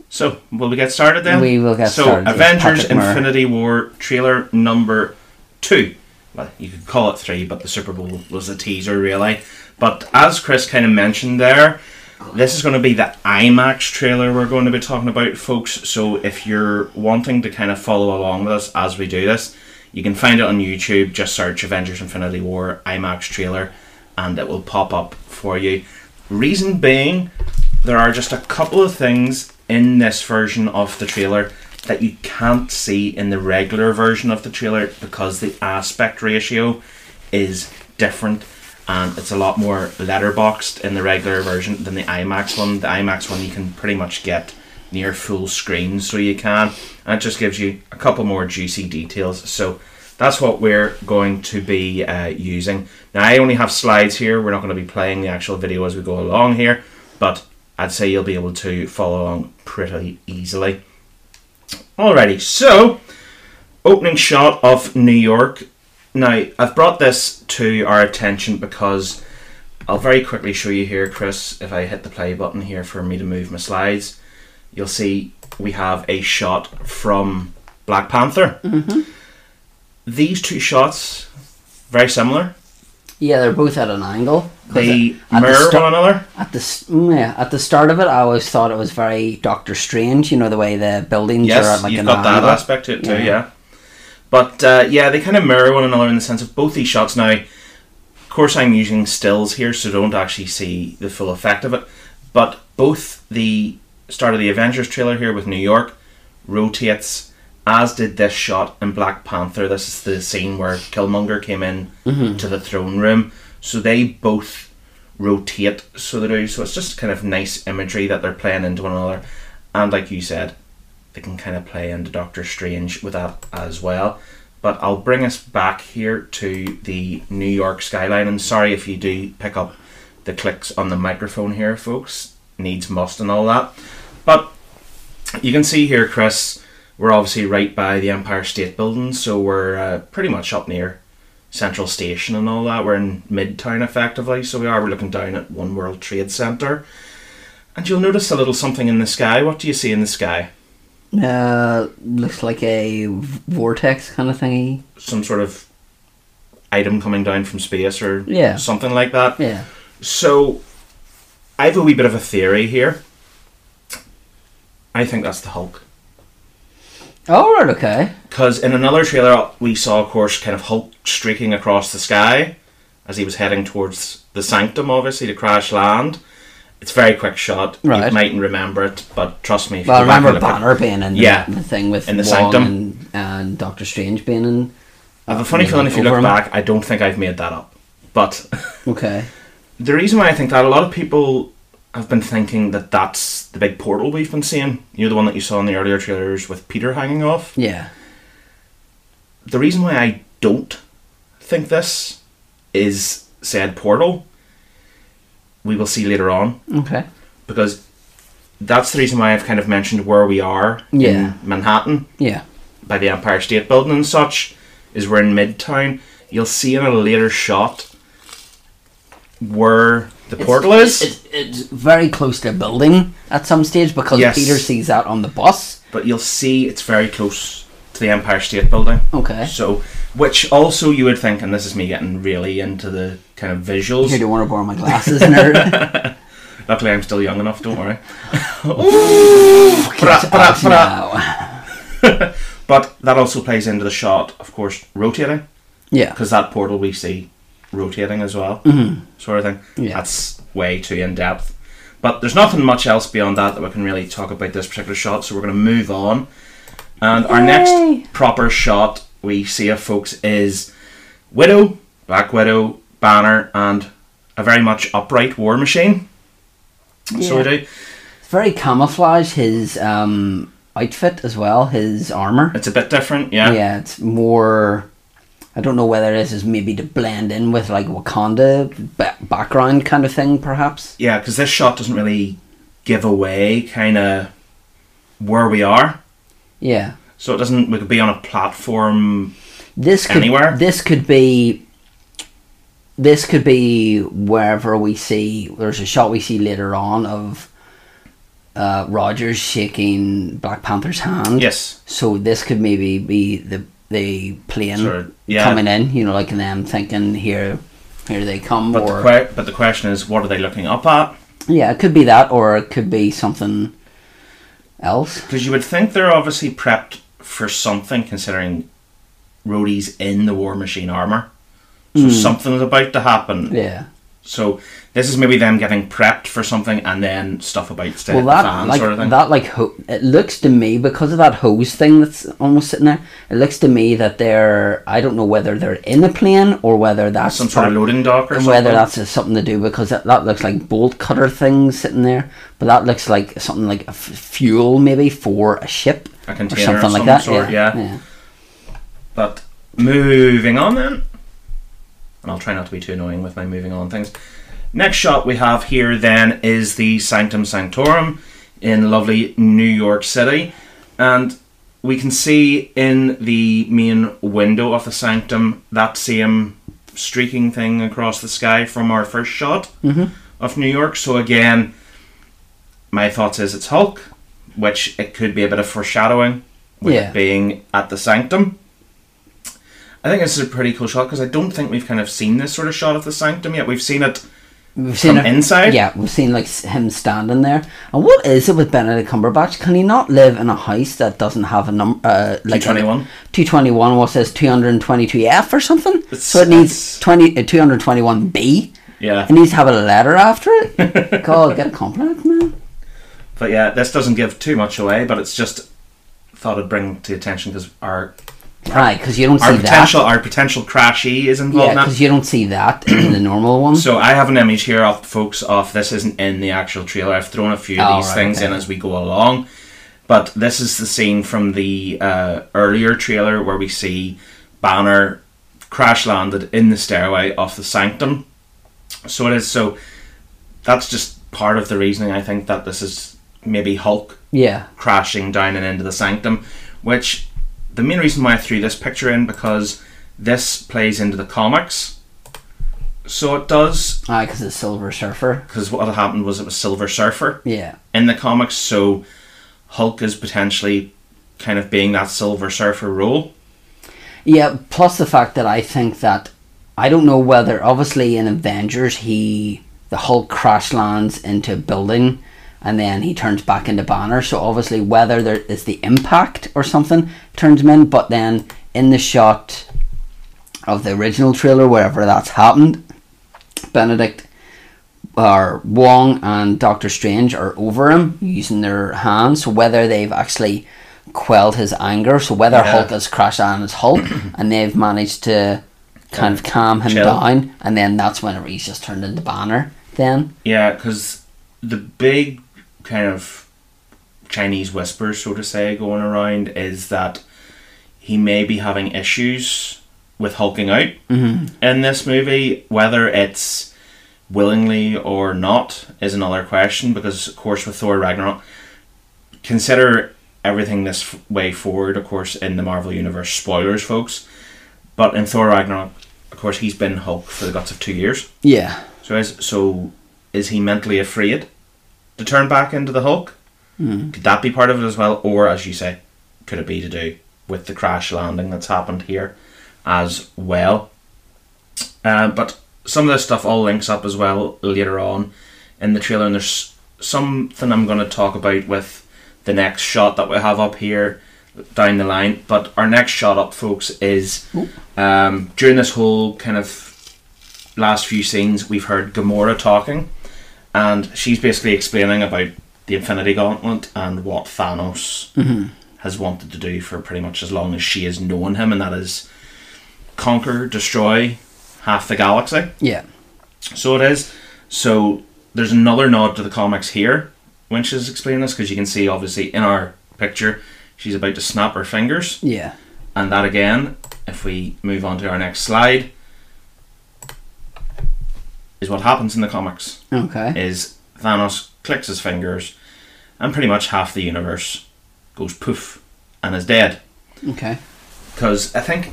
So, will we get started then?
We will get
so,
started, yes.
Avengers
Patrick Moore.
Infinity War trailer number two. Well, you could call it three, but the Super Bowl was a teaser, really. But as Chris kind of mentioned there, this is going to be the IMAX trailer we're going to be talking about, folks. So, if you're wanting to kind of follow along with us as we do this, you can find it on YouTube. Just search Avengers Infinity War IMAX trailer and it will pop up for you. Reason being, there are just a couple of things in this version of the trailer that you can't see in the regular version of the trailer because the aspect ratio is different and it's a lot more letterboxed in the regular version than the IMAX one. The IMAX one you can pretty much get near full screen so you can and it just gives you a couple more juicy details. So that's what we're going to be uh, using. Now, I only have slides here. We're not going to be playing the actual video as we go along here, but I'd say you'll be able to follow along pretty easily. Alrighty, so opening shot of New York. Now, I've brought this to our attention because I'll very quickly show you here, Chris, if I hit the play button here for me to move my slides. You'll see we have a shot from Black Panther these two shots very similar.
yeah, they're both at an angle. 'Cause
They
at the
mirror
sta-
one another.
At the s- mm, yeah, at the start of it, I always thought it was very Doctor Strange. You know the way the buildings are at
Yes,
like
you've
an
got that
angle.
aspect to it too.
Yeah.
Yeah, but uh, yeah, they kind of mirror one another in the sense of both these shots. Now, of course, I'm using stills here, so don't actually see the full effect of it. But both the start of the Avengers trailer here with New York rotates, as did this shot in Black Panther. This is the scene where Killmonger came in
Mm-hmm.
to the throne room. So they both rotate, so they do. So it's just kind of nice imagery that they're playing into one another. And like you said, they can kind of play into Doctor Strange with that as well. But I'll bring us back here to the New York skyline. And sorry if you do pick up the clicks on the microphone here, folks. Needs must and all that. But you can see here, Chris, we're obviously right by the Empire State Building, so we're uh, pretty much up near Central Station and all that. We're in Midtown effectively, so we are. We're looking down at One World Trade Center. And you'll notice a little something in the sky. What do you see in the sky?
Uh, looks like a v- vortex kind of thingy.
Some sort of item coming down from space or
Yeah.
something like that.
Yeah.
So, I have a wee bit of a theory here. I think that's the Hulk.
Oh right, okay.
Because in another trailer, we saw, of course, kind of Hulk streaking across the sky as he was heading towards the Sanctum, obviously, to crash land. It's a very quick shot.
Right.
You mightn't remember it, but trust me. If
Well, I
you go back and
remember
look at-
Banner being in the,
Yeah,
the thing with
in the
Wong
Sanctum.
and, and Doctor Strange being in.
I have a funny
Yeah,
feeling if you
over
look
him.
back, I don't think I've made that up. But
Okay.
the reason why I think that a lot of people have been thinking that that's the big portal we've been seeing. You know, the one that you saw in the earlier trailers with Peter hanging off.
Yeah.
the reason why I don't think this is said portal we will see later on
Okay.
because that's the reason why I've kind of mentioned where we are
Yeah.
in Manhattan
Yeah.
by the Empire State Building and such is we're in Midtown. You'll see in a later shot where the portal is,
It's, it's very close to a building at some stage because
Yes.
Peter sees that on the bus.
but you'll see it's very close to the Empire State Building.
Okay.
So, which also you would think, and this is me getting really into the kind of visuals.
Here, do you want to borrow my glasses, nerd?
Luckily, I'm still young enough. Don't worry.
Get
Ba-da,
off
ba-da.
now.
But that also plays into the shot, of course, rotating
Yeah.
because that portal we see rotating as well, sort of thing.
Mm-hmm. Yeah.
That's way too in depth. But there's nothing much else beyond that that we can really talk about this particular shot. So we're going to move on, and our
Yay.
next proper shot we see of folks is Widow, Black Widow, Banner, and a very much upright War Machine. Sort of.
Very camouflage his um, outfit as well, his armor.
It's a bit different, yeah.
Yeah, it's more. I don't know whether this is maybe to blend in with like Wakanda ba- background kind of thing, perhaps.
Yeah, because this shot doesn't really give away kind of where we are.
Yeah.
So it doesn't. We could be on a platform.
This could
Anywhere?
this could be this could be wherever we see there's a shot we see later on of uh, Rogers shaking Black Panther's hand.
Yes.
So this could maybe be the the plane
Sort of- yeah.
coming in, you know, like and them thinking here here they come
But
or
the que- but the question is, what are they looking up at?
Yeah, it could be that or it could be something else.
Because you would think they're obviously prepped for something, considering Rhodey's in the War Machine armor. So something's about to happen.
Hmm. Yeah.
So this is maybe them getting prepped for something, and then stuff about staying
Well,
at the
that
fan
like
sort of thing.
that like ho- it looks to me because of that hose thing that's almost sitting there. It looks to me that they're I don't know whether they're in a plane or whether that's
Some sort of
part-
loading dock or
and
something.
whether that's just something to do because that, that looks like bolt cutter things sitting there, but that looks like something like a f- fuel maybe for a ship
A
or
container of
something like
some
that.
sort,
yeah,
yeah. But moving on then, and I'll try not to be too annoying with my moving on things. Next shot we have here then is the Sanctum Sanctorum in lovely New York City, and we can see in the main window of the sanctum that same streaking thing across the sky from our first shot of New York. So again, my thoughts is it's Hulk, which it could be a bit of foreshadowing with
Yeah.
it being at the sanctum. I think this is a pretty cool shot because I don't think we've kind of seen this sort of shot of the sanctum yet. We've seen it
We've seen
From
it-
inside?
Yeah, we've seen like s- him standing there. And what is it with Benedict Cumberbatch? Can he not live in a house that doesn't have a number? Uh, like
221.
Two twenty one. What says two hundred twenty two F or something?
It's-
so it
it's-
needs twenty uh, two hundred twenty one B.
Yeah.
It needs to have a letter after it. God, get a compliment, man.
But yeah, this doesn't give too much away, but it's just thought it'd bring to attention because our
Right, because you don't
our
see that.
potential our potential crashy is
Yeah,
involved now.
because you don't see that in the normal one.
So I have an image here of folks of this isn't in the actual trailer. I've thrown a few of
Oh,
these
right,
things in
okay.
as we go along. But this is the scene from the uh, earlier trailer where we see Banner crash landed in the stairway of the sanctum. So it is so that's just part of the reasoning I think that this is maybe Hulk
yeah,
crashing down and into the sanctum, which the main reason why I threw this picture in because this plays into the comics. So it does,
because it's Silver Surfer.
because what had happened was it was Silver Surfer
Yeah,
in the comics, so Hulk is potentially kind of being that Silver Surfer role.
Yeah, plus the fact that I think that I don't know whether obviously in Avengers he the Hulk crash lands into a building and then he turns back into Banner. So obviously whether there is the impact or something turns him in, but then in the shot of the original trailer, wherever that's happened, Benedict or Wong and Doctor Strange are over him using their hands. So whether they've actually quelled his anger, so whether
Yeah.
Hulk has crashed on his Hulk and they've managed to kind of calm him
Chill.
down, and then that's whenever he's just turned into Banner. Then
Yeah, because the big kind of Chinese whisper, so to say, going around is that he may be having issues with hulking out in this movie, whether it's willingly or not is another question because of course with Thor Ragnarok consider everything this f- way forward of course in the Marvel universe spoilers folks but in Thor Ragnarok of course he's been Hulk for the guts of 2 years
Yeah.
so is so is he mentally afraid to turn back into the Hulk
Mm.
could that be part of it as well or as you say could it be to do with the crash landing that's happened here as well uh, but some of this stuff all links up as well later on in the trailer and there's something i'm going to talk about with the next shot that we have up here down the line but our next shot up folks is um, during this whole kind of last few scenes we've heard Gamora talking and she's basically explaining about the Infinity Gauntlet and what Thanos has wanted to do for pretty much as long as she has known him, and that is conquer, destroy half the galaxy.
Yeah.
So it is. So there's another nod to the comics here when she's explaining this, because you can see obviously in our picture she's about to snap her fingers.
Yeah.
And that again, if we move on to our next slide, is what happens in the comics.
Okay.
Is Thanos clicks his fingers, and pretty much half the universe goes poof and is dead.
Okay.
Because I think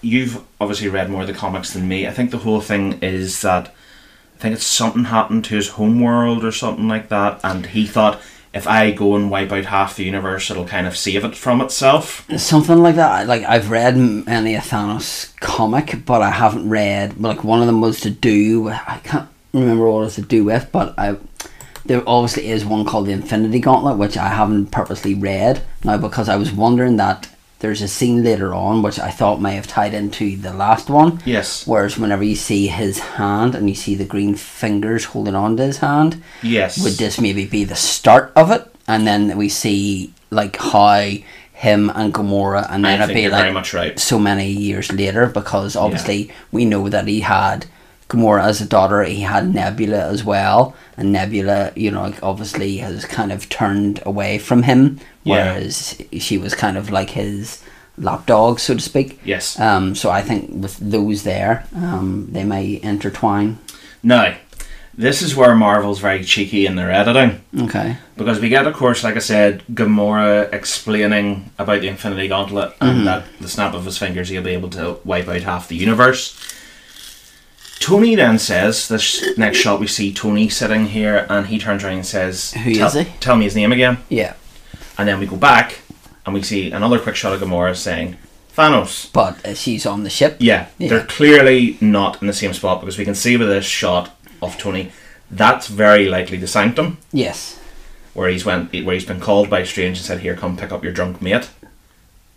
you've obviously read more of the comics than me. I think the whole thing is that I think it's something happened to his homeworld or something like that, and he thought if I go and wipe out half the universe, it'll kind of save it from itself.
Something like that. I- Like I've read m- any a Thanos comic, but I haven't read. Like one of them was to do. with- I can't remember what it was to do with, but I there obviously is one called the Infinity Gauntlet, which I haven't purposely read now because I was wondering that there's a scene later on which I thought may have tied into the last one.
Yes.
Whereas whenever you see his hand and you see the green fingers holding on to his hand,
Yes.
would this maybe be the start of it? And then we see like how him and Gamora, and
I
then it'd
think
be
you're
like
very much right.
so many years later, because obviously we know that he had Gamora as a daughter, he had Nebula as well, and Nebula, you know, like, obviously has kind of turned away from him,
Yeah.
whereas she was kind of like his lapdog, so to speak.
Yes.
Um, so I think with those there, um, they may intertwine.
Now, this is where Marvel's very cheeky in their editing
Okay.
because we get, of course, like I said, Gamora explaining about the Infinity Gauntlet
Mm-hmm.
and that the snap of his fingers he'll be able to wipe out half the universe. Tony then says, "This next shot we see Tony sitting here, and he turns around and says,
Who
tell,
is he?
Tell me his name again."
Yeah.
And then we go back and we see another quick shot of Gamora saying, "Thanos."
But uh, she's on the ship.
Yeah,
Yeah.
they're clearly not in the same spot because we can see with this shot of Tony, that's very likely the Sanctum
Yes.
where he's went where he's been called by Strange and said, "Here, come pick up your drunk mate."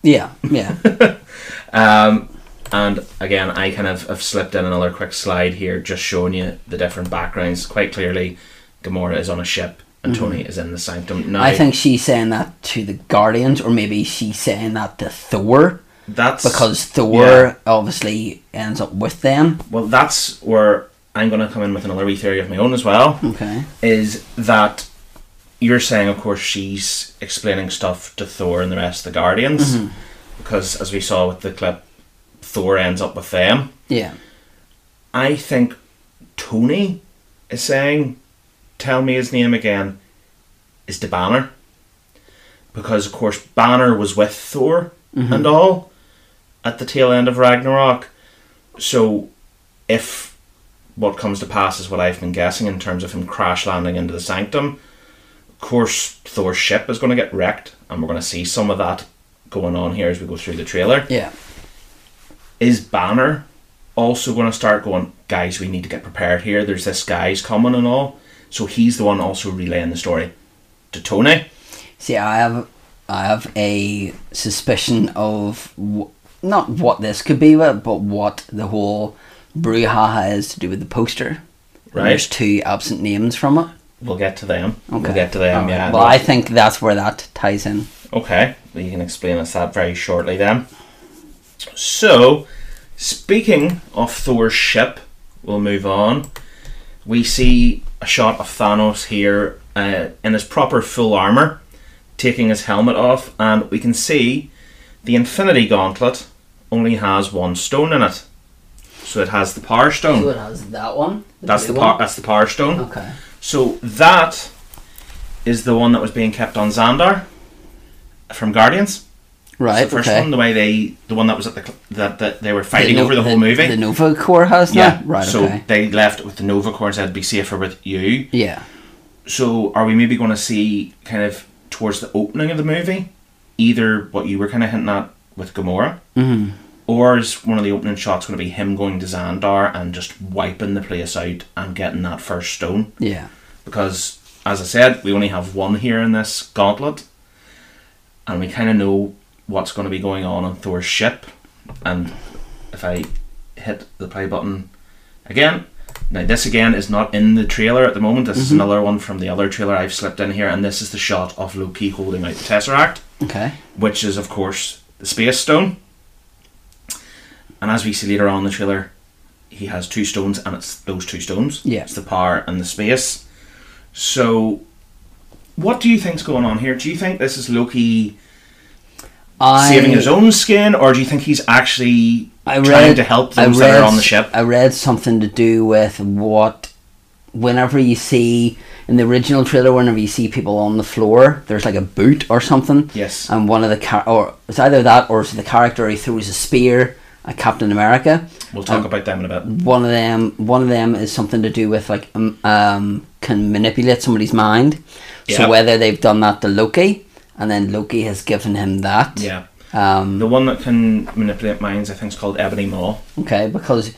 Yeah. Yeah.
Um, and again, I kind of have slipped in another quick slide here, just showing you the different backgrounds quite clearly. Gamora is on a ship, and Tony is in the Sanctum. Now,
Mm-hmm. I think she's saying that to the Guardians, or maybe she's saying that to Thor,
that's
because Thor
Yeah.
obviously ends up with them.
well, that's where I'm going to come in with another wee theory of my own as well.
Okay.
is that you're saying, of course, she's explaining stuff to Thor and the rest of the Guardians, because as we saw with the clip, Thor ends up with them.
Yeah.
I think Tony is saying, "Tell me his name again," is the Banner, because of course Banner was with Thor and all at the tail end of Ragnarok. So, if what comes to pass is what I've been guessing in terms of him crash landing into the Sanctum, of course Thor's ship is going to get wrecked, and we're going to see some of that going on here as we go through the trailer
Yeah.
is Banner also going to start going, guys, we need to get prepared here. There's this guy's coming and all. So he's the one also relaying the story to Tony.
See, I have, I have a suspicion of w- not what this could be, but but what the whole brouhaha is to do with the poster. And
Right.
There's two absent names from it.
We'll get to them.
Okay.
We'll get to them,
Alright.
yeah.
Well, I think that's where that ties in.
Okay, well, you can explain us that very shortly then. So, speaking of Thor's ship, we'll move on. We see a shot of Thanos here uh, in his proper full armor, taking his helmet off, and we can see the Infinity Gauntlet only has one stone in it. So it has the Power Stone.
So it has that one. the
that's the
blue
par-
one.
that's the Power Stone.
Okay.
So that is the one that was being kept on Xandar from Guardians. It's
Right.
the first
okay.
one, the way they, the one that was at the cl- that, that they were fighting
No-
over the whole movie.
The Nova Corps has
yeah,
that. Right.
So
okay.
they left it with the Nova Corps and said, "Be safer with you."
Yeah.
So are we maybe going to see kind of towards the opening of the movie, either what you were kind of hinting at with Gamora,
Mhm.
or is one of the opening shots going to be him going to Xandar and just wiping the place out and getting that first stone?
Yeah.
because as I said, we only have one here in this gauntlet, and we kind of know what's going to be going on on Thor's ship. And if I hit the play button again, now this again is not in the trailer at the moment. This is another one from the other trailer I've slipped in here, and this is the shot of Loki holding out the Tesseract,
Okay.
which is of course the Space Stone. And as we see later on in the trailer, he has two stones, and it's those two stones.
Yeah.
It's the power and the space. So, what do you think's going on here? Do you think this is Loki
I,
saving his own skin, or do you think he's actually
I
trying to help those that are on the ship?
I read something to do with what. Whenever you see in the original trailer, whenever you see people on the floor, there's like a boot or something.
Yes.
And one of the char- or it's either that or it's the character he throws a spear at Captain America.
We'll talk about them in a bit.
One of them, one of them is something to do with like um, um can manipulate somebody's mind.
Yeah.
So whether they've done that to Loki, and then Loki has given him that.
Yeah.
Um.
The one that can manipulate minds, I think, is called Ebony Maw.
Okay, because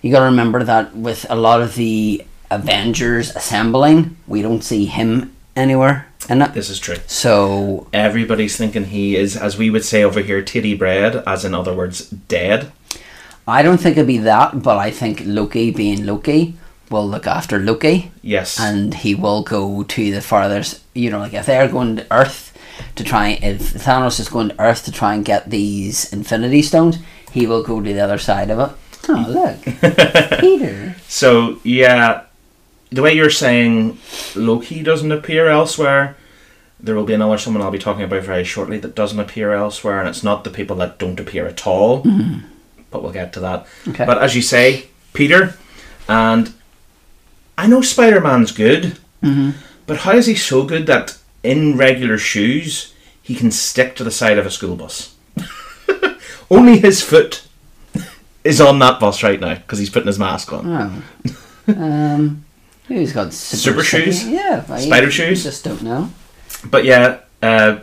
you got to remember that with a lot of the Avengers assembling, we don't see him anywhere in it.
This is true.
So
Everybody's thinking he is, as we would say over here, titty bread, as in other words, dead.
I don't think it'd be that, but I think Loki, being Loki, will look after Loki,
Yes.
and he will go to the farthest. You know, like if they're going to Earth to try, if Thanos is going to Earth to try and get these Infinity Stones, he will go to the other side of it. Oh look, Peter.
So yeah, the way you're saying Loki doesn't appear elsewhere, there will be another someone I'll be talking about very shortly that doesn't appear elsewhere, and it's not the people that don't appear at all. But we'll get to that.
Okay.
But as you say, Peter, and I know Spider Man's good, but how is he so good that in regular shoes he can stick to the side of a school bus? Only his foot is on that bus right now because he's putting his mask on.
Oh. Um, who's got super,
Super shoes?
Yeah, I-
Spider shoes?
Just don't know.
But yeah, uh,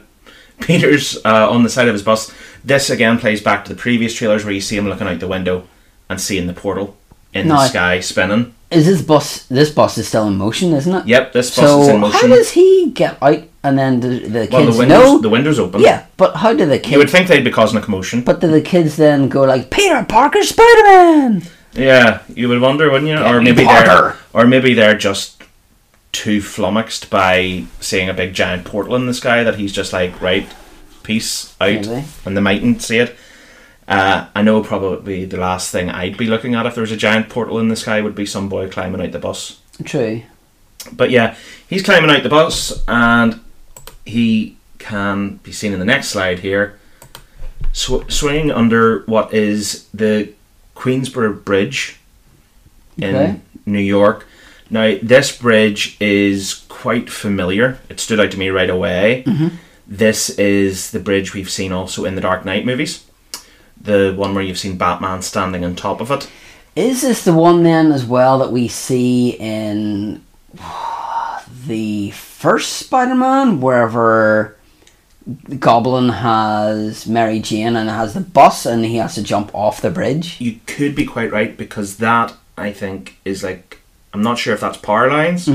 Peter's uh, on the side of his bus. This again plays back to the previous trailers where you see him looking out the window and seeing the portal in
No,
the
I-
sky spinning.
Is this bus? This bus is still in motion, isn't it?
Yep, this bus
so
is in
how
motion.
does he get out? And then the, the
well,
kids
the windows
know.
the windows open.
yeah, but how do the
you would
kids?
think they'd be causing a commotion.
But do the kids then go like Peter Parker, Spider Man?
yeah, you would wonder, wouldn't you? Or
me
maybe
Parker.
they're or maybe they're just too flummoxed by seeing a big giant portal in the sky that he's just like, right, peace out,
Maybe.
and they mightn't see it. Uh, I know probably the last thing I'd be looking at if there was a giant portal in the sky would be some boy climbing out the bus.
True.
But yeah, he's climbing out the bus and he can be seen in the next slide here, sw- swinging under what is the Queensborough Bridge in
Okay.
New York. Now, this bridge is quite familiar. It stood out to me right away. This is the bridge we've seen also in the Dark Knight movies. The one where you've seen Batman standing on top of it.
Is this the one then as well that we see in the first Spider-Man, wherever Goblin has Mary Jane and has the bus, and he has to jump off the bridge?
you could be quite right because that I think is like I'm not sure if that's power lines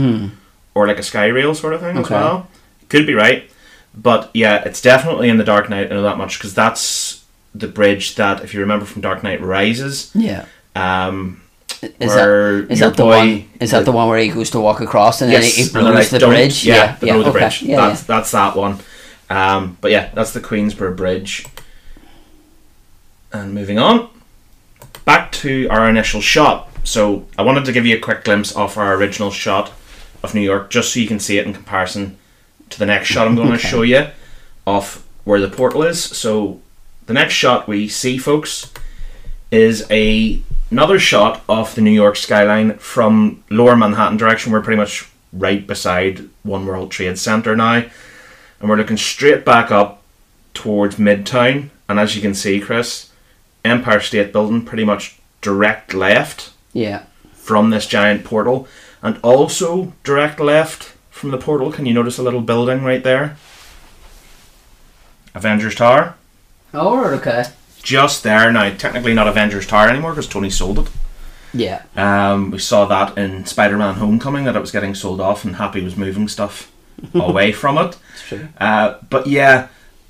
or like a sky rail sort of thing as
Okay.
well. Could be right, but yeah, it's definitely in the Dark Knight. I know that much because that's the bridge that, if you remember from Dark Knight Rises,
Yeah.
um,
Is
Where
that is
your
that the
boy-
one? Is that the one where he goes to walk across and
yes,
then he
and they're
blows
like,
the
"Don't,"
bridge?
Yeah, they blow the
okay.
bridge.
Yeah,
that's
yeah.
that's that one. Um, but yeah, that's the Queensborough Bridge. And moving on, back to our initial shot. So I wanted to give you a quick glimpse of our original shot of New York, just so you can see it in comparison to the next shot I'm going to show you of where the portal is. So the next shot we see, folks, is a another shot of the New York skyline from Lower Manhattan direction. We're pretty much right beside One World Trade Center now, and we're looking straight back up towards Midtown. And as you can see, Chris, Empire State Building pretty much direct left
Yeah.
from this giant portal, and also direct left from the portal. Can you notice a little building right there? Avengers Tower.
Oh, right, okay.
Just there now, technically not Avengers Tower anymore because Tony sold it.
Yeah.
Um, we saw that in Spider Man Homecoming that it was getting sold off and Happy was moving stuff away from it.
That's true.
Uh, but yeah,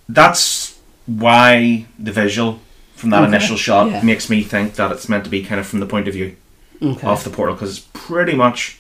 that's why the visual from that
Okay,
initial shot
yeah.
makes me think that it's meant to be kind of from the point of view
Okay.
of the portal because it's pretty much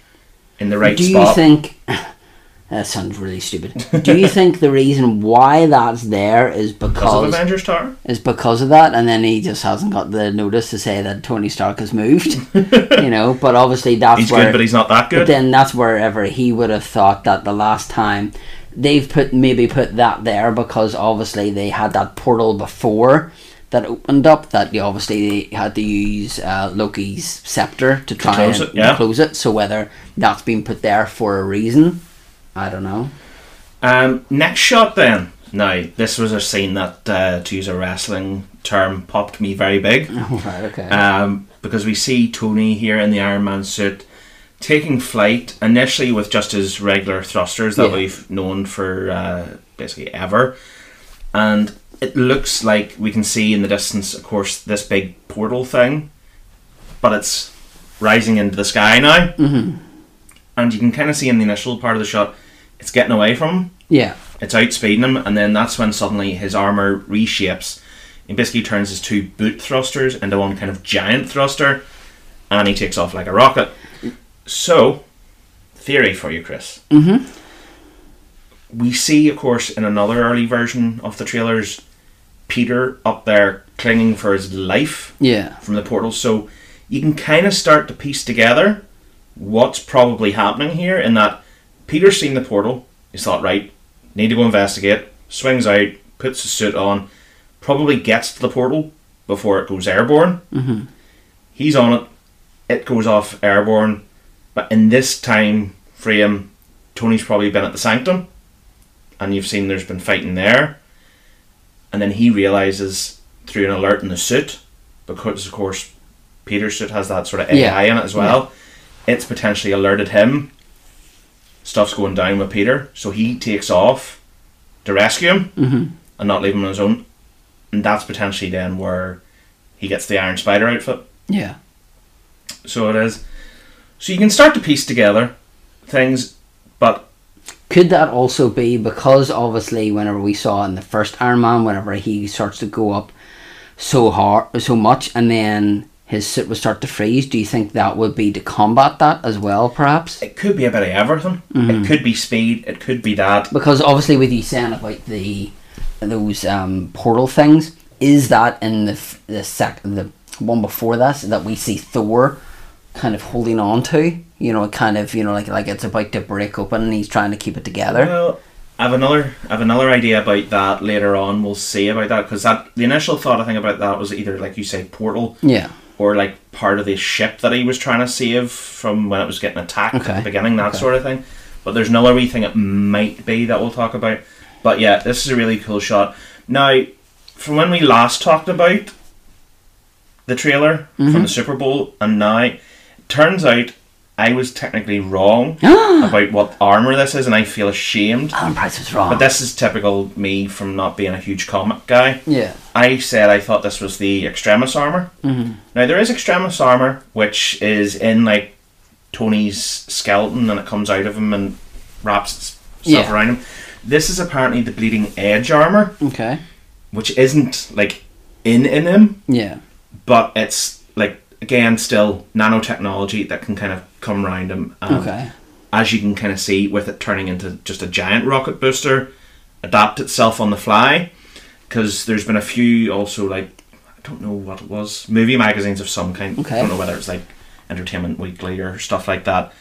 in the right
Do
spot.
you think that sounds really stupid? Do you think the reason why that's there is
because of
because
Avengers Tower?
is because of that, and then he just hasn't got the notice to say that Tony Stark has moved? you know, but obviously that's
He's
where.
good, but he's not that
but
good.
then that's wherever he would have thought that the last time they've put maybe put that there because obviously they had that portal before that opened up that they obviously they had to use uh, Loki's scepter to try
close
and
it, yeah.
close it. So whether that's been put there for a reason, I don't know.
Um, next shot then. Now, this was a scene that, uh, to use a wrestling term, popped me very big.
right, okay.
um, because we see Tony here in the Iron Man suit taking flight initially with just his regular thrusters that
Yeah.
we've known for uh, basically ever, and it looks like we can see in the distance, of course, this big portal thing, but it's rising into the sky now, mm-hmm. and you can kind of see in the initial part of the shot, it's getting away from him
yeah,
it's outspeeding him, and then that's when suddenly his armor reshapes. He basically turns his two boot thrusters into one kind of giant thruster, and he takes off like a rocket. So, theory for you, Chris. Mm-hmm. We see, of course, in another early version of the trailers, Peter up there clinging for his life
yeah.
from the portal. So you can kind of start to piece together what's probably happening here in that Peter's seen the portal. He's thought, right, need to go investigate. Swings out, puts his suit on, probably gets to the portal before it goes airborne. Mm-hmm. He's on it. It goes off airborne. But in this time frame, Tony's probably been at the sanctum. And you've seen there's been fighting there. And then he realizes through an alert in the suit because of course Peter's suit has that sort of
Yeah.
AI in it as well. It's potentially alerted him. Stuff's going down with Peter, so he takes off to rescue him
mm-hmm,
and not leave him on his own. And that's potentially then where he gets the Iron Spider outfit.
Yeah.
So it is. So you can start to piece together things, but
Could that also be because obviously whenever we saw in the first Iron Man, whenever he starts to go up so hard, so much, and then his suit would start to freeze. Do you think that would be to combat that as well, perhaps?
it could be a bit of everything. It could be speed. It could be that.
Because obviously, with you saying about the those um, portal things, is that in the f- the sec the one before this that we see Thor kind of holding on to? You know, kind of you know like like it's about to break open, and he's trying to keep it together.
Well, I've another I've another idea about that later on. We'll see about that because that the initial thought I think about that was either like you say portal
Yeah.
or like part of the ship that he was trying to save from when it was getting attacked at
Okay.
the beginning, that
Okay.
sort of thing. But there's another wee thing it might be that we'll talk about. But yeah, this is a really cool shot. Now, from when we last talked about the trailer
Mm-hmm.
from the Super Bowl, and now it turns out I was technically wrong about what armor this is, and I feel ashamed.
Alan Price was wrong.
But this is typical me from not being a huge comic guy.
yeah.
I said I thought this was the Extremis armor. Mm-hmm. Now there is Extremis armor, which is in like Tony's skeleton, and it comes out of him and wraps s- stuff
Yeah.
around him. This is apparently the Bleeding Edge armor,
Okay.
which isn't like in in him,
Yeah.
but it's like again still nanotechnology that can kind of come around him. And
Okay.
As you can kind of see, with it turning into just a giant rocket booster, adapt itself on the fly. Because there's been a few also like I don't know what it was movie magazines of some kind.
Okay.
I don't know whether it's like Entertainment Weekly or stuff like that,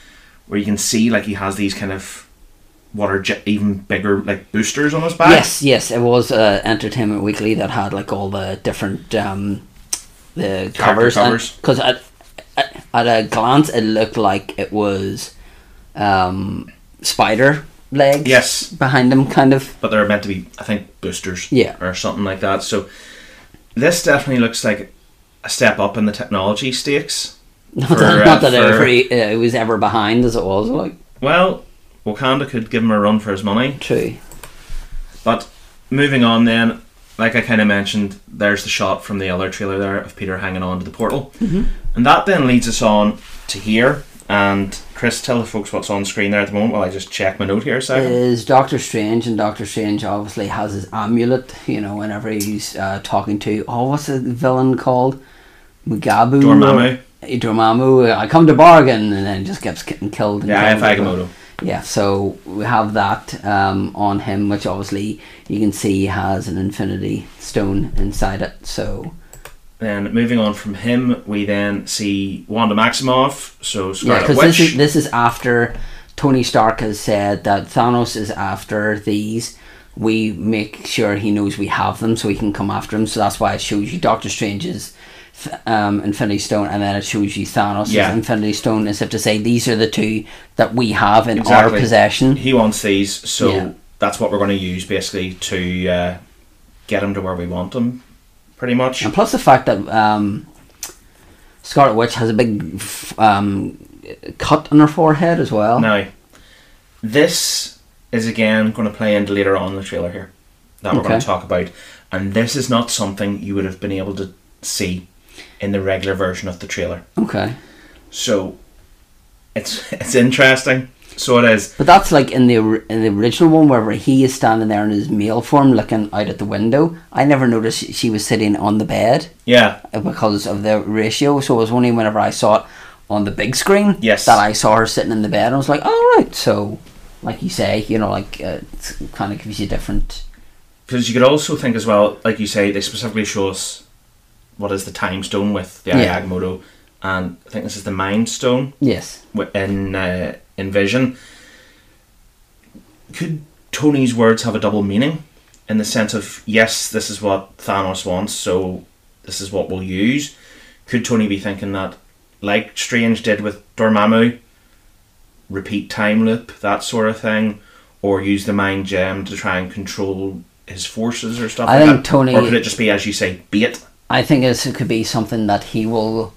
where you can see like he has these kind of what are j- even bigger like boosters on his back.
Yes, yes, it was uh, Entertainment Weekly that had like all the different um, the
Character covers.
covers because at, at at a glance it looked like it was um, spider legs
Yes.
behind him kind of
but they're meant to be, I think, boosters,
Yeah.
or something like that. So this definitely looks like a step up in the technology stakes.
not
For,
that,
uh,
not that
for-
every, uh, it was ever behind as it was like
Well, Wakanda could give him a run for his money,
true
but moving on then. Like I kind of mentioned, there's the shot from the other trailer there of Peter hanging on to the portal, mm-hmm. and that then leads us on to here. And Chris, tell the folks what's on screen there at the moment while I just check my note here. So
is Doctor Strange, and Doctor Strange obviously has his amulet. You know, whenever he's uh, talking to oh, what's the villain called? Mugabu.
Dormammu.
Eh, Dormammu. I come to bargain, and then just keeps getting killed. And
yeah,
killed.
Fagamoto.
Yeah, so we have that um, on him, which obviously you can see has an infinity stone inside it. So
Then moving on from him, we then see Wanda Maximoff, so
yeah,
Scarlet
because
Witch.
this is this is after Tony Stark has said that Thanos is after these. We make sure he knows we have them, so we can come after him. So that's why it shows you Doctor Strange's th- um, Infinity Stone, and then it shows you Thanos'
Yeah.
Infinity Stone, as if to say these are the two that we have in
Exactly.
our possession.
he wants these, so
Yeah.
that's what we're going to use basically to uh, get him to where we want him, pretty much.
And plus the fact that um, Scarlet Witch has a big f- um, cut on her forehead as well.
Now, this is again going to play into later on in the trailer here that we're going
Okay.
to talk about, and this is not something you would have been able to see in the regular version of the trailer.
Okay.
So it's it's interesting. So it is.
But that's like in the or- in the original one, where he is standing there in his male form, looking out at the window. I never noticed she- she was sitting on the bed
Yeah.
uh, because of the ratio. So it was only whenever I saw it on the big screen
Yes.
that I saw her sitting in the bed. and I was like, all right. So, like you say, you know, like uh, it kind of gives you different.
because you could also think as well, like you say, they specifically show us what is the time stone with the
Yeah.
Iagmodo, and I think this is the mind stone
Yes.
wi- in uh, in Vision. Could Tony's words have a double meaning, in the sense of yes, this is what Thanos wants, so this is what we'll use? Could Tony be thinking that, like Strange did with Dormammu, repeat time loop that sort of thing, or use the mind gem to try and control his forces or stuff?
I
like
think
that?
Tony-
or could it just be as you say, bait?
I think this could be something that he will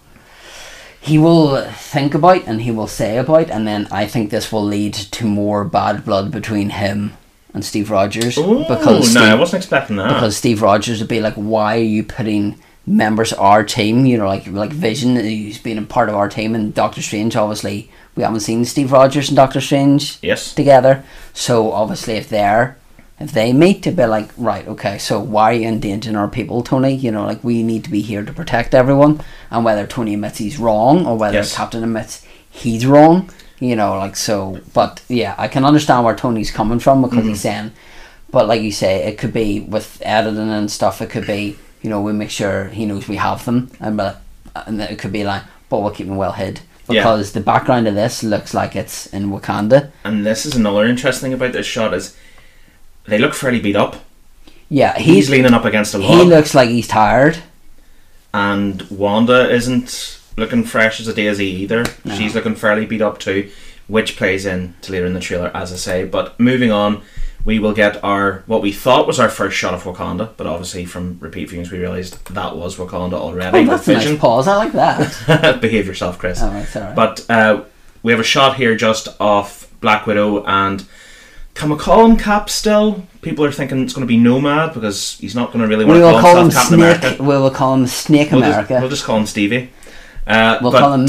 he will think about and he will say about, and then I think this will lead to more bad blood between him and Steve Rogers
Oh,
because
no, I
Steve,
wasn't expecting that.
because Steve Rogers would be like, "Why are you putting members of our team? You know, like like Vision, who's been a part of our team, and Doctor Strange. Obviously, we haven't seen Steve Rogers and Doctor Strange
yes,
together. So obviously, if they're if they meet, to be like, right, okay, so why are you endangering our people, Tony? You know, like we need to be here to protect everyone. And whether Tony admits he's wrong or whether
Yes.
the Captain admits he's wrong, you know, like so. But yeah, I can understand where Tony's coming from because
Mm-hmm.
he's saying, but like you say, it could be with editing and stuff. It could be, you know, we make sure he knows we have them, and but and it could be like, but we'll keep them well hid.
Yeah.
Because the background of this looks like it's in Wakanda,
and this is another interesting thing about this shot is they look fairly beat up.
Yeah,
He's
he's
leaning up against a wall,
he looks like he's tired.
and Wanda isn't looking fresh as a daisy either.
No.
She's looking fairly beat up too, which plays in to later in the trailer, as I say. But moving on, we will get our what we thought was our first shot of Wakanda, but obviously from repeat viewings we realised that was Wakanda already.
Oh,
with
that's a nice
Vision.
pause. I like that.
Behave yourself, Chris.
oh, right, sorry.
But uh, we have a shot here just off Black Widow and. Can we call him Cap still? People are thinking it's going to be Nomad because he's not going to really want
we
to
will
call
call him
himself Captain
Snake.
America.
We will call him Snake
We'll just-
America.
We'll just, call him Stevie. Uh,
We'll,
but,
call him
uh,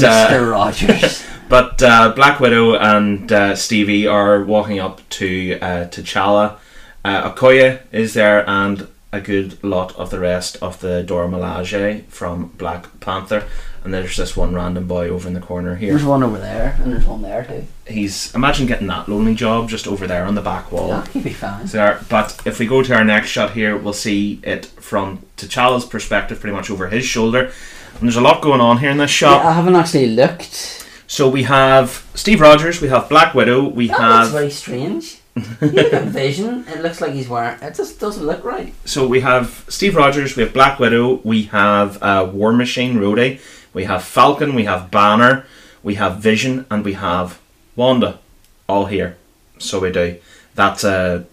Mister Rogers.
but uh, Black Widow and uh, Stevie are walking up to uh, T'Challa. Uh, Okoye is there, and a good lot of the rest of the Dora Milaje from Black Panther. And there's this one random boy over in the corner here.
There's one over there, and there's one there too.
He's imagine getting that lonely job just over there on the back wall.
Oh, he'd be fine.
There, but if we go to our next shot here, we'll see it from T'Challa's perspective, pretty much over his shoulder. And there's a lot going on here in this shot.
Yeah, I haven't actually looked.
So we have Steve Rogers, we have Black Widow, we
That looks
have
very strange. you have vision. It looks like he's wearing. It just doesn't look right.
So we have Steve Rogers, we have Black Widow, we have uh, War Machine, Rhodey, we have Falcon, we have Banner, we have Vision, and we have Wanda, all here. So we do. That's a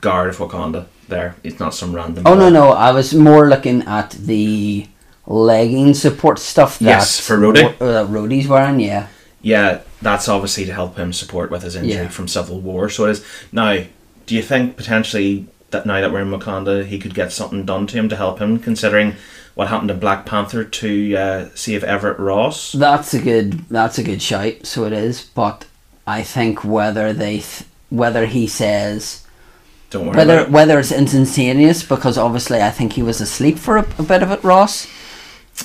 guard of Wakanda. There, it's not some random.
Oh no, no. I was more looking at the legging support stuff. That
Yes, for Rhodey.
Wa- uh, Rhodey's wearing. Yeah.
Yeah, that's obviously to help him support with his injury
Yeah.
from Civil War. So it is now. Do you think potentially that now that we're in Wakanda, he could get something done to him to help him, considering what happened in Black Panther to uh, save Everett Ross?
That's a good. That's a good shout. So it is, but I think whether they, th- whether he says
Don't worry.
whether
about it.
whether it's instantaneous because obviously I think he was asleep for a, a bit of it, Ross.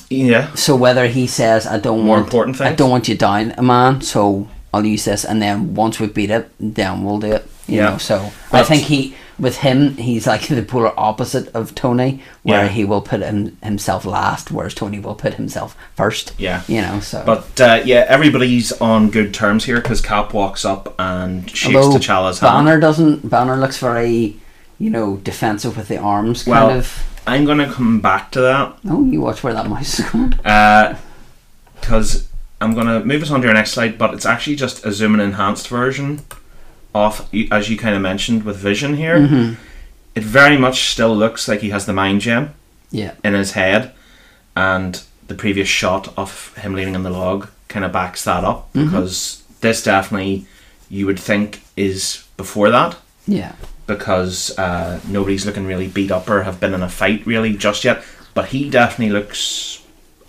Yeah.
So whether he says I don't
More
want
important
I
things.
don't want you down, man. So I'll use this, and then once we beat it, then we'll do it. You
Yeah.
know. So I
Well-
think he with him he's like the polar opposite of Tony, where
Yeah.
he will put him, himself last, whereas Tony will put himself first.
Yeah.
You know. So
But uh, yeah, everybody's on good terms here because Cap walks up and shakes
Although
T'Challa's hand.
Banner doesn't. Banner looks very, you know, defensive with the arms, kind
Well-
of.
I'm gonna come back to that
Oh, you watch where that mouse is going.
because I'm gonna move us on to our next slide, but it's actually just a zoom and enhanced version of, you- as you kind of mentioned with Vision here. It very much still looks like he has the mind gem
Yeah.
in his head, and the previous shot of him leaning on the log kind of backs that up
Mm-hmm.
because this definitely you would think is before that
Yeah.
because uh, nobody's looking really beat up or have been in a fight really just yet. But he definitely looks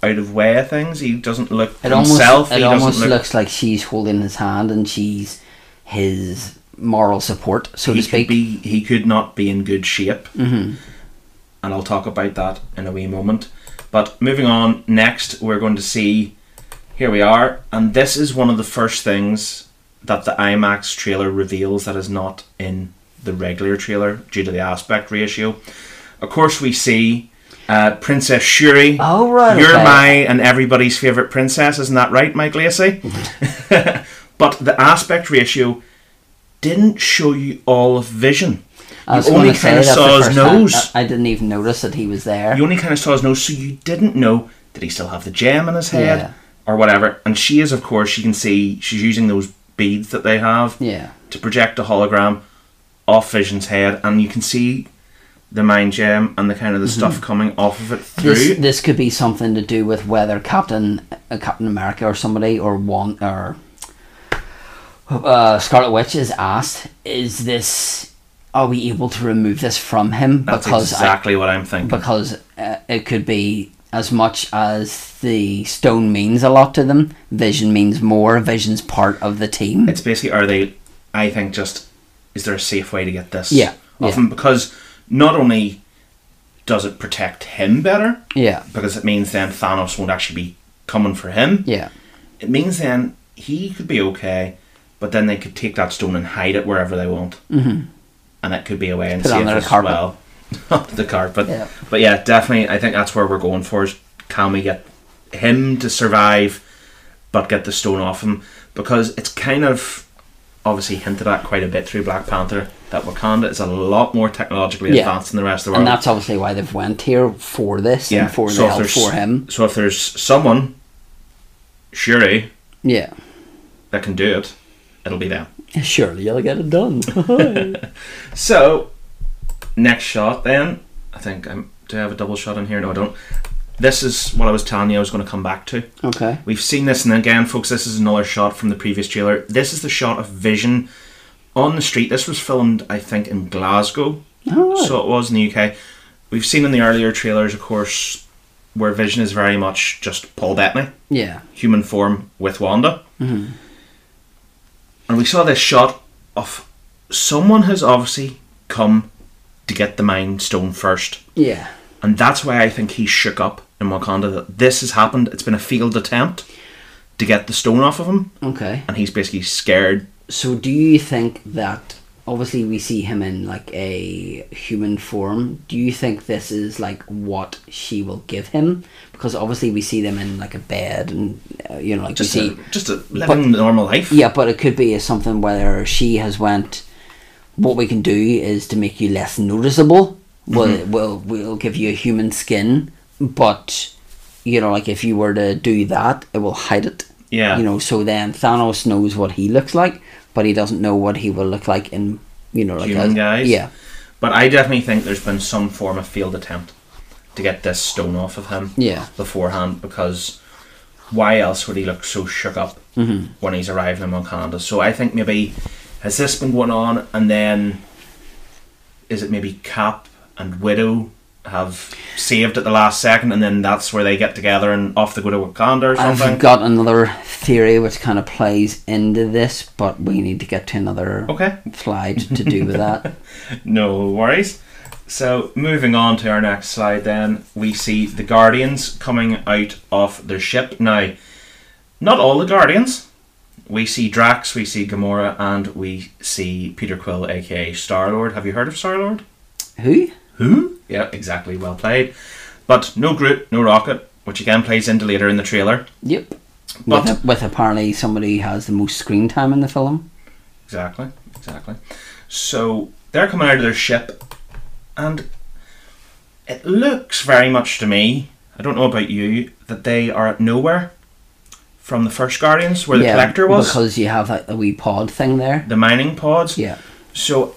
out of way of things. He doesn't look
It
himself.
almost it
he
almost
doesn't look.
looks like she's holding his hand and she's his moral support, so
he
to
could
speak.
be. He could not be in good shape. Mm-hmm. And I'll talk about that in a wee moment. But moving on, next we're going to see. Here we are, and this is one of the first things that the IMAX trailer reveals that is not in the regular trailer due to the aspect ratio. Of course, we see uh, Princess Shuri.
Oh, right,
You're
okay.
my and everybody's favourite princess, isn't that right, Mike Lacey? but the aspect ratio didn't show you all of Vision.
I was
you only
gonna say
kind of
that's the
saw his
first time-
nose.
I, I didn't even notice that he was there.
You only kind of saw his nose, so you didn't know did he still have the gem in his head
Yeah.
or whatever. And she is, of course, you can see she's using those beads that they have
yeah.
to project a hologram off Vision's head, and you can see the mind gem and the kind of the stuff coming off of it through.
Mm-hmm. This this could be something to do with whether Captain uh, Captain America or somebody or one or uh, Scarlet Witch is asked, is this are we able to remove this from him
That's
because I
exactly what I'm thinking.
because uh, it could be as much as the stone means a lot to them vision means more vision's part of the team
It's basically are they? I think just is there a safe way to get this?
Yeah,
Off
yeah.
him? because not only does it protect him better,
yeah
because it means then Thanos won't actually be coming for him.
yeah
It means then he could be okay, but then they could take that stone and hide it wherever they want, mm-hmm. and it could be away and
Put it on
safe
their
as
carpet.
well. Up the carpet.
Yeah.
But yeah, definitely. I think that's where we're going for. Is can we get him to survive, but get the stone off him? Because it's kind of obviously hinted at quite a bit through Black Panther that Wakanda is a lot more technologically
Yeah.
advanced than the rest of the world.
and that's obviously why they've went here for this and for the
if
help
there's-
for him
So if there's someone, Shuri,
yeah
that can do it, it'll be them.
surely you'll get it done
So, next shot then. I think I'm. Do I have a double shot in here? No, I don't. This is what I was telling you I was going to come back to.
okay
We've seen this, and again, folks, this is another shot from the previous trailer. This is the shot of Vision on the street. This was filmed, I think, in Glasgow. So it was in the UK. We've seen in the earlier trailers, of course, where Vision is very much just Paul Bettany.
yeah
human form with Wanda. And we saw this shot of someone has obviously come to get the Mind Stone first.
yeah
And that's why I think he shook up in Wakanda that this has happened. It's been a field attempt to get the stone off of him.
okay
And he's basically scared.
so do you think that obviously we see him in like a human form. Do you think this is like what she will give him? Because obviously we see them in like a bed and uh, you know like
Just
we see
a, just a living normal life.
yeah, but it could be something whether she has went. What we can do is to make you less noticeable. We'll
Mm-hmm.
we'll we'll give you a human skin, but you know, like if you were to do that, it will hide it.
Yeah.
You know, so then Thanos knows what he looks like, but he doesn't know what he will look like in you know like
Human
a-
guys?
Yeah.
But I definitely think there's been some form of failed attempt to get this stone off of him
Yeah.
beforehand because why else would he look so shook up
Mm-hmm.
when he's arriving in Wakanda? So I think maybe has this been going on and then is it maybe Cap and Widow have saved at the last second and then that's where they get together and off they go to Wakanda or something?
I've got another theory which kind of plays into this, but we need to get to another
Okay.
slide to do with that.
No worries. So, moving on to our next slide, then we see the Guardians coming out of their ship. Now, not all the Guardians. We see Drax, we see Gamora, and we see Peter Quill, aka Star Lord. Have you heard of Star Lord?
Who?
Who? Yeah, exactly. Well played. But no Groot, no Rocket, which again plays into later in the trailer.
Yep.
But-
With, with apparently somebody who has the most screen time in the film.
Exactly, exactly. So they're coming out of their ship, and it looks very much to me, I don't know about you, that they are at nowhere from the first Guardians, where the collector was,
Because you have that a wee pod thing there.
the mining pods.
Yeah.
So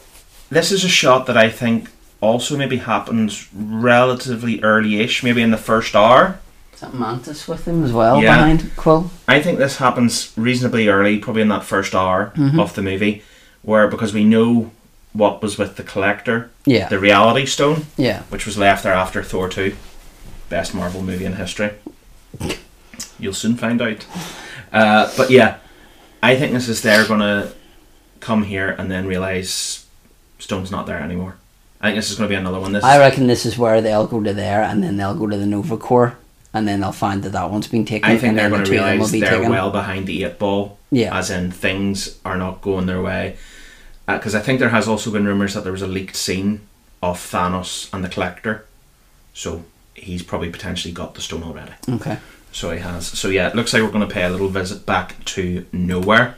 this is a shot that I think also maybe happens relatively early ish, maybe in the first hour.
Is that Mantis with him as well
Yeah.
behind Quill?
I think this happens reasonably early, probably in that first hour
Mm-hmm.
of the movie, where because we know what was with the collector,
Yeah.
the reality stone,
Yeah.
which was left there after Thor 2, best Marvel movie in history. You'll soon find out. Uh, but yeah, I think this is they're going to come here and then realise Stone's not there anymore. I think this is going to be another one. This
I
is-
reckon this is where they'll go to there and then they'll go to the Nova Corps and then they'll find that that one's been taken.
I think
and
they're
then
going
the
to
two of them
realise
will be
they're
taken.
well behind the eight ball.
Yeah.
As in, things are not going their way. Because I think there has also been rumours that there was a leaked scene of Thanos and the Collector. So he's probably potentially got the stone already.
Okay.
So he has. So yeah, it looks like we're going to pay a little visit back to nowhere.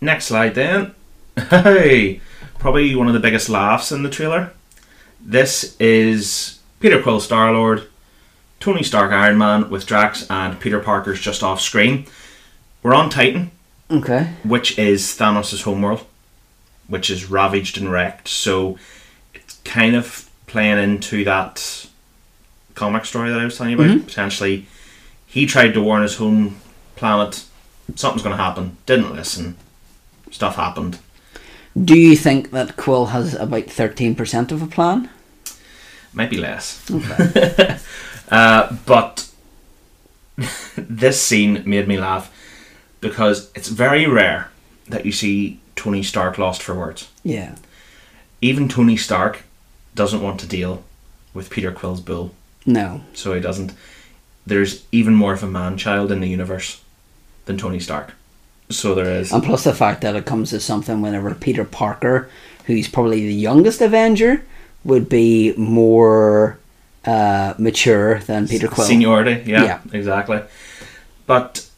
Next slide then. Hey! Probably one of the biggest laughs in the trailer. This is Peter Quill Star Lord, Tony Stark Iron Man with Drax, and Peter Parker's just off screen. We're on Titan,
Okay.
which is Thanos' homeworld, which is ravaged and wrecked. So it's kind of playing into that comic story that I was telling you about. Potentially, he tried to warn his home planet something's going to happen, didn't listen, stuff happened.
Do you think that Quill has about 13% of a plan?
Might be less. uh, but this scene made me laugh because it's very rare that you see Tony Stark lost for words.
Yeah.
even Tony Stark doesn't want to deal with Peter Quill's bull,
No.
so he doesn't. There's even more of a man child in the universe than Tony Stark. So there is.
And plus the fact that it comes to something whenever Peter Parker, who's probably the youngest Avenger, would be more uh, mature than Peter Quill.
Seniority, yeah,
Yeah.
exactly. But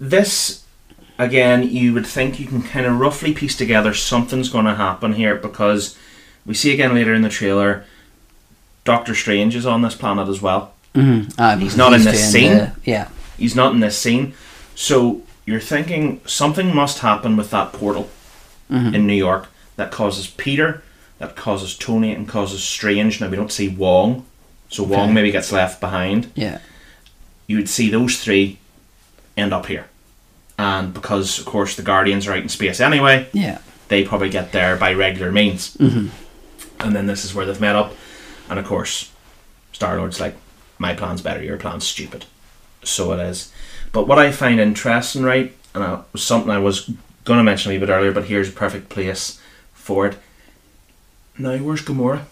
this, again, you would think you can kind of roughly piece together something's going to happen here because we see again later in the trailer Doctor Strange is on this planet as well.
Mhm. Ah, because
He's not in this
doing
scene.
the- yeah.
He's not in this scene. So you're thinking something must happen with that portal in New York that causes Peter, that causes Tony, and causes Strange. Now we don't see Wong, so Wong maybe gets left behind.
Yeah.
You would see those three end up here. And because, of course, the Guardians are out in space anyway,
Yeah.
they probably get there by regular means. Mm-hmm. And then this is where they've met up. And of course, Star Lord's like, my plan's better, your plan's stupid. So it is. But what I find interesting, right, and I, was something I was going to mention a wee bit earlier, but here's a perfect place for it. Now, where's Gamora?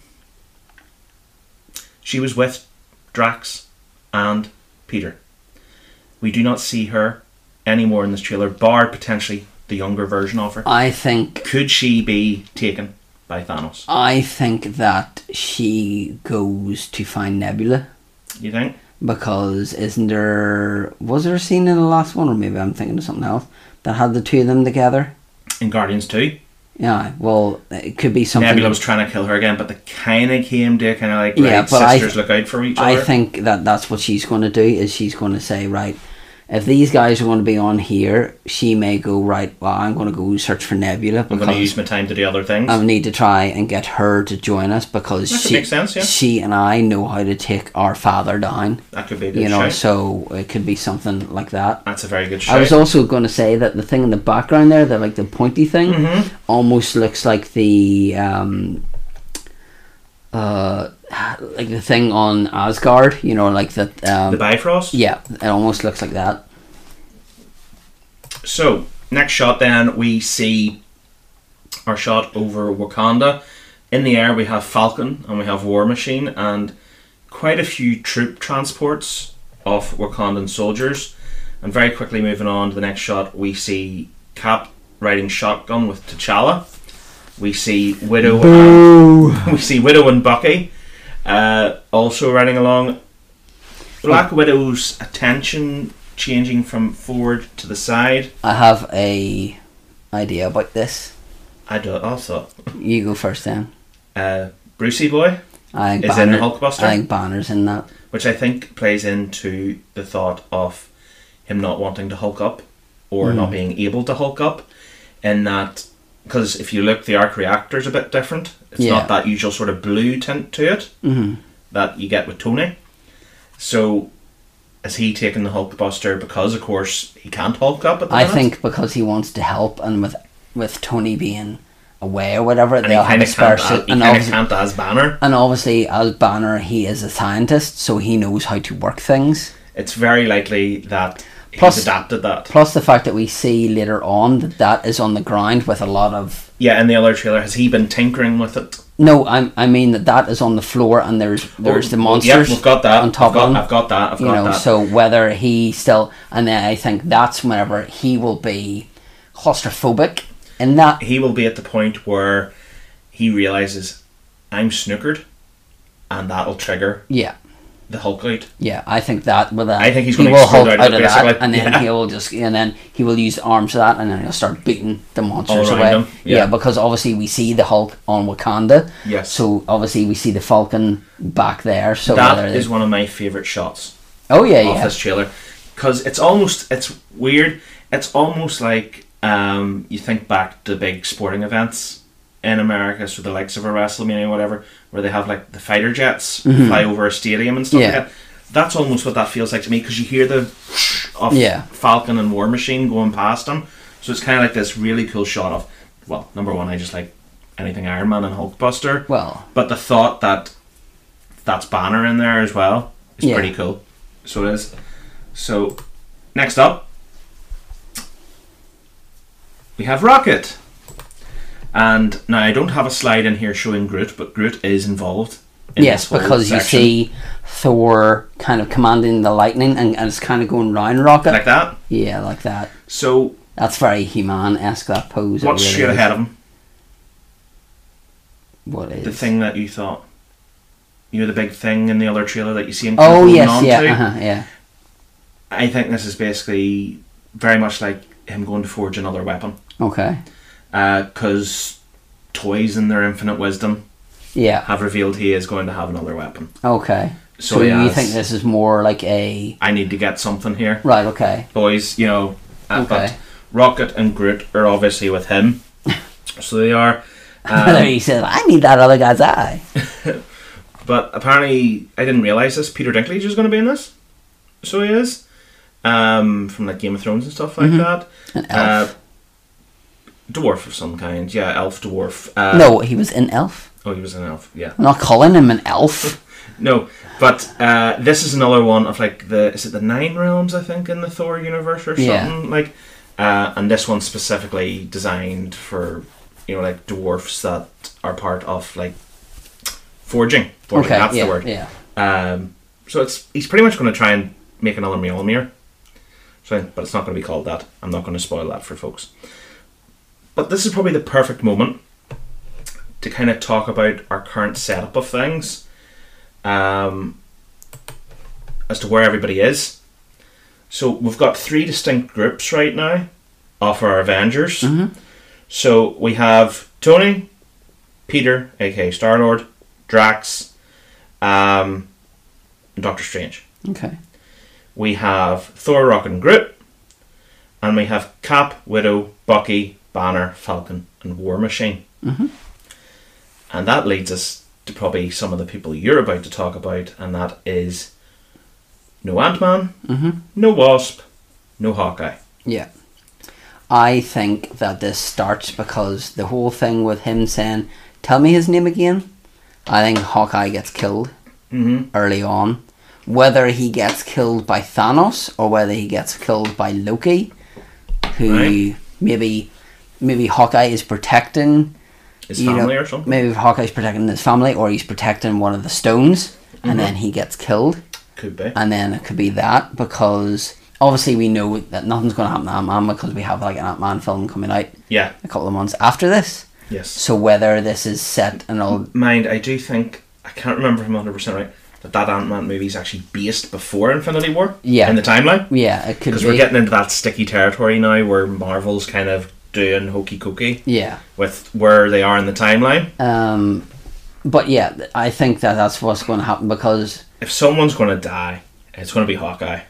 She was with Drax and Peter. We do not see her anymore in this trailer, bar potentially the younger version of her.
I think
Could she be taken by Thanos?
I think that she goes to find Nebula
You think?
because isn't there was there a scene in the last one or maybe I'm thinking of something else that had the two of them together?
In Guardians 2,
Yeah, well, it could be something.
Nebula was trying to kill her again, but they kind of came to kind of like, right,
Yeah, but I-
sisters look out for each
I
other.
think that that's what she's going to do is she's going to say right if these guys are going to be on here she may go right well I'm going to go search for Nebula
I'm going to
because
use my time to do other things.
I need to try and get her to join us because
That could
she
make sense, yeah.
she and I know how to take our father down
that could be a good
you know
shout.
so it could be something like that
That's a very good shout.
I was also going to say that the thing in the background there, the like the pointy thing,
Mm-hmm.
almost looks like the um, uh, like the thing on Asgard. You know, like that. Um,
the Bifrost?
yeah, it almost looks like that.
So, next shot then, we see our shot over Wakanda. In the air, we have Falcon and we have War Machine and quite a few troop transports of Wakandan soldiers. And very quickly moving on to the next shot, we see Cap riding shotgun with T'Challa. We see Widow. And, we see Widow and Bucky uh, also riding along. Black Widow's attention changing from forward to the side.
I have a idea about this.
I do also.
You go first, then.
Uh, Brucey Boy,
I think
Is in the
Banner-
Hulkbuster?
I think Banner's in that.
which I think plays into the thought of him not wanting to hulk up or
Hmm.
not being able to hulk up, in that because if you look, the arc reactor's a bit different. It's
Yeah.
not that usual sort of blue tint to it
Mm-hmm.
that you get with Tony. So. Is he taking the Hulk Buster because, of course, he can't Hulk up? At the
I
minute?
think because he wants to help, and with with Tony being away or whatever,
and he
they'll have
kind
a
of can't.
spare.
As,
suit-
he
and
kind of
obviously-
can't as Banner.
And obviously, as Banner, he is a scientist, so he knows how to work things.
It's very likely that
Plus-
he's adapted that.
Plus, the fact that we see later on that that is on the ground with a lot of.
Yeah, in the other trailer, has he been tinkering with it?
No, I, I mean that that is on the floor, and there's there's the
Oh,
monsters.
Yep, we've got that.
on top
I've got,
of him.
I've got that. I've
you
got
know,
that.
so whether he still, and then I think that's whenever he will be claustrophobic, and that
he will be at the point where he realizes I'm snookered, and that'll trigger
yeah.
the Hulk out.
Yeah, I think that with that,
I think he's
he
gonna
will
explode out
hold out,
of it,
of that,
basically.
and then
Yeah.
he will just, and then he will use the arms of that, and then he'll start beating the monsters
around
away.
him,
Yeah.
yeah.
because obviously we see the Hulk on Wakanda.
Yes.
So obviously we see the Falcon back Oh, there. So
That
whether they-
is one of my favorite shots
oh yeah,
of
yeah,
this trailer because it's almost it's weird. It's almost like um, you think back to big sporting events in America, so the likes of a WrestleMania or whatever, where they have like the fighter jets fly over a stadium and stuff.
Mm-hmm. Yeah.
Like that. That's almost what that feels like to me because you hear the of
Yeah.
Falcon and War Machine going past them. So it's kind of like this really cool shot of well, number one, I just like anything Iron Man and Hulkbuster.
Well-
but the thought that that's Banner in there as well is
Yeah.
pretty cool. So it is. So next up, we have Rocket. And now I don't have a slide in here showing Groot, but Groot is involved. In
yes,
this whole
because
section.
you see Thor kind of commanding the lightning, and, and it's kind of going round rocket.
like that.
yeah, like that.
So
That's very He-Man esque. That pose. it
what's
really
straight
is.
ahead of him?
What is
The thing that you thought, you know, the big thing in the other trailer that you see him. kind of
Oh
holding
yes,
on
yeah,
to?
uh-huh, yeah.
I think this is basically very much like him going to forge another weapon,
Okay,
because Uh, toys in their infinite wisdom
yeah.
have revealed he is going to have another weapon.
Okay.
So
So,
he
you
has-
think this is more like a
I need to get something here,
right? Okay.
boys. You know, uh, but
Okay.
Rocket and Groot are obviously with him, so they are.
Whether
Um,
he says, "I need that other guy's eye."
but apparently, I didn't realize this. Peter Dinklage is going to be in this, so he is um, from like Game of Thrones and stuff like that.
Mm-hmm. An elf.
Uh, dwarf of some kind, yeah, elf dwarf. Uh,
no, he was an elf.
oh, he was an elf, yeah.
I'm not calling him an elf.
No, but uh, this is another one of like the is it the nine realms I think in the Thor universe or something
Yeah.
like, uh, and this one's specifically designed for you know like dwarfs that are part of like forging. forging
okay.
that's
yeah,
the word.
Yeah.
Um, so it's he's pretty much going to try and make another Mjolnir. So, but it's not going to be called that. I'm not going to spoil that for folks. But this is probably the perfect moment to kind of talk about our current setup of things, um, as to where everybody is. So we've got three distinct groups right now of our Avengers. So we have Tony, Peter, aka Star Lord, Drax, um, Doctor Strange.
Okay.
We have Thor, Rock, and Groot, and we have Cap, Widow, Bucky, Banner, Falcon, and War Machine. Mm-hmm. And that leads us to probably some of the people you're about to talk about, and that is no Ant Man, no Wasp, no Hawkeye.
Yeah. I think that this starts because the whole thing with him saying, tell me his name again, I think Hawkeye gets killed
Mm-hmm.
early on. Whether he gets killed by Thanos or whether he gets killed by Loki, who
Right.
maybe maybe Hawkeye is protecting
His family or something.
Maybe Hawkeye's protecting his family or he's protecting one of the stones
Mm-hmm.
and then he gets killed.
Could be.
And then it could be that because obviously we know that nothing's going to happen to Ant Man because we have like an Ant Man film coming out
yeah.
a couple of months after this.
Yes.
So whether this is set and all,
Mind, I do think I can't remember from 100 percent right that that Ant Man movie is actually based before Infinity War.
Yeah.
In the timeline.
yeah, it could
Because
be.
we're getting into that sticky territory now where Marvel's kind of doing hokey cokey
yeah.
with where they are in the timeline.
Um, but yeah, th- I think that that's what's going to happen because
If someone's going to die, it's going to be Hawkeye.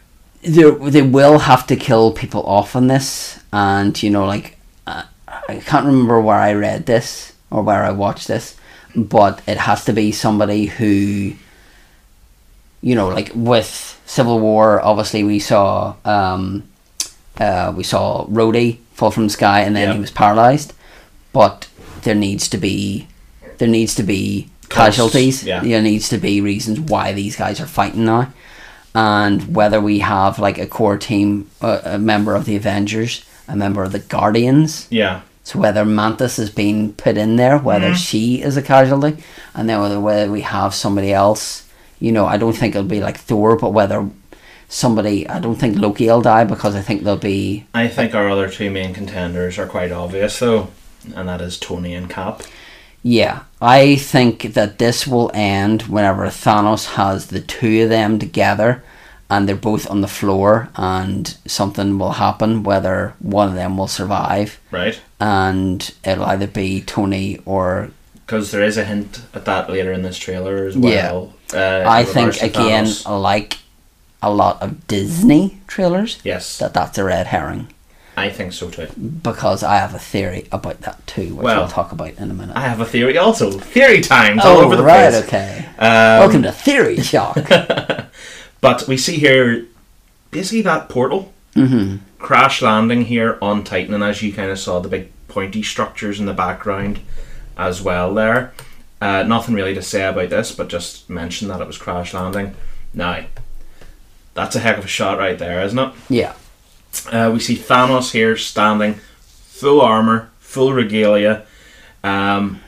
they they will have to kill people off on this, and you know, like uh, I can't remember where I read this or where I watched this, but it has to be somebody who, you know, like with Civil War. Obviously, we saw um, uh, we saw Rhodey fall from the sky, and then
Yeah.
he was paralyzed. But there needs to be there needs to be
Costs,
casualties.
yeah.
There needs to be reasons why these guys are fighting now, and whether we have like a core team, uh, a, a member of the Avengers, a member of the Guardians.
Yeah.
So whether Mantis has been put in there, whether she is a casualty, and then whether, whether we have somebody else, you know, I don't think it'll be like Thor, but whether somebody, I don't think Loki will die because I think there'll be
I think our other two main contenders are quite obvious though, and that is Tony and Cap.
Yeah, I think that this will end whenever Thanos has the two of them together and they're both on the floor and something will happen, whether one of them will survive.
Right.
And it'll either be Tony or.
Because there is a hint at that later in this trailer as well. Uh, Yeah.
I think, again, uh, like a lot of Disney trailers,
Yes.
that that's a red herring
I think so too.
because I have a theory about that too, which
Well,
we'll talk about in a minute.
I have a theory also. Theory times all
oh,
over the
right,
place.
okay.
Um,
Welcome to Theory Shock.
But we see here basically that portal
Mm-hmm.
crash landing here on Titan, and as you kind of saw, the big pointy structures in the background as well there. Uh, nothing really to say about this, but just mention that it was crash landing. Now, that's a heck of a shot right there, isn't it?
yeah.
Uh, we see Thanos here standing, full armor, full regalia, um,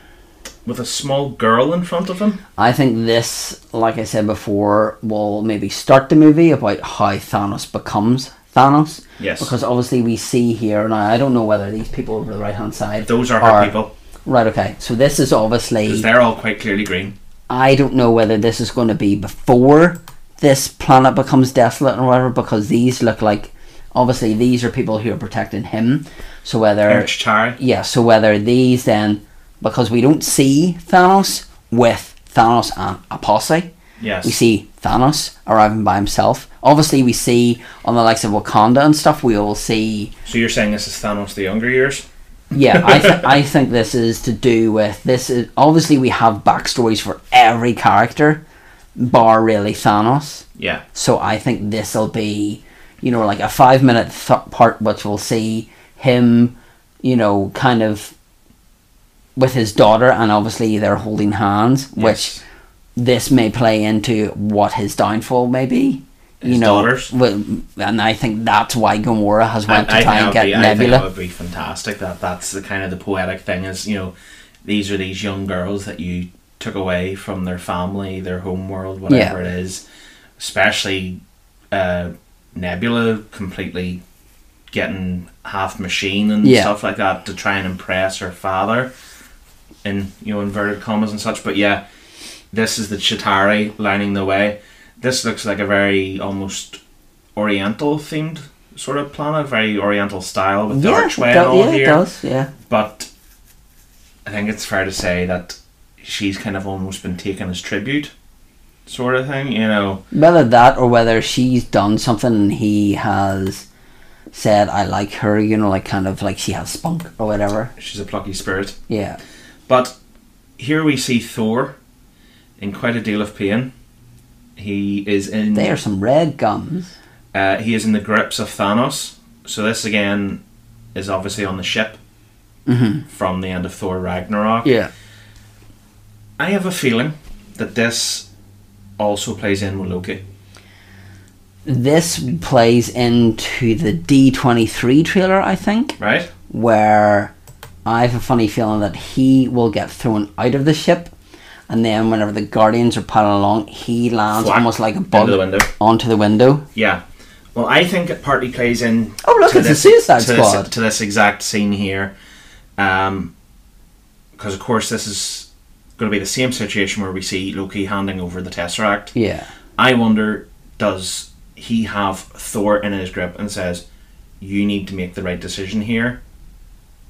with a small girl in front of him.
I think this, like I said before, will maybe start the movie about how Thanos becomes Thanos.
Yes.
Because obviously we see here, and I I don't know whether these people over the right hand side.
Those are her people.
Right, okay. So this is obviously.
Because they're all quite clearly green.
I don't know whether this is going to be before this planet becomes desolate or whatever, because these look like. Obviously, these are people who are protecting him. So whether.
Erich Chari.
Yeah, so whether these then, because we don't see Thanos with Thanos and a posse.
Yes.
We see Thanos arriving by himself. Obviously, we see on the likes of Wakanda and stuff, we will see.
So you're saying this is Thanos the younger years?
Yeah, I, th- I think this is to do with this. Is, obviously, we have backstories for every character, bar really Thanos.
Yeah.
So I think this will be, you know, like a five minute th- part, which we'll see him, you know, kind of with his daughter, and obviously they're holding hands,
Yes.
which this may play into what his downfall may be.
His
you know,
daughters.
well, and I think that's why Gamora has went to
I, I
try
think it
and
would
get
be, I think it
Nebula.
would be fantastic that that's the kind of the poetic thing is, you know, these are these young girls that you took away from their family, their home world, whatever it is. Especially uh, Nebula completely getting half machine and
Yeah.
stuff like that to try and impress her father in you know inverted commas and such. But yeah, this is the Chitari lining the way. This looks like a very almost oriental themed sort of planet, very oriental style with the
yeah,
archway
it
and
do-
all
yeah,
here
it does. Yeah,
but I think it's fair to say that she's kind of almost been taken as tribute, sort of thing. You know,
whether that or whether she's done something and he has said, "I like her," you know, like kind of like she has spunk or whatever.
she's a plucky spirit.
Yeah,
But here we see Thor in quite a deal of pain. He is in
they are some red gums.
Uh, he is in the grips of Thanos. So this again is obviously on the ship
Mm-hmm.
from the end of Thor Ragnarok.
Yeah,
I have a feeling that this also plays in with Loki.
this plays into the D twenty three trailer, I think.
Right?
where I have a funny feeling that he will get thrown out of the ship, and then whenever the Guardians are paddling along, he lands
Whack.
almost like a
Into
bug
the window.
onto the window.
Yeah. Well, I think it partly plays in.
Oh, look,
to
it's the Suicide
to this-
Squad.
to this exact scene here, um, because of course this is going to be the same situation where we see Loki handing over the Tesseract.
Yeah,
I wonder, does he have Thor in his grip and says, "You need to make the right decision here."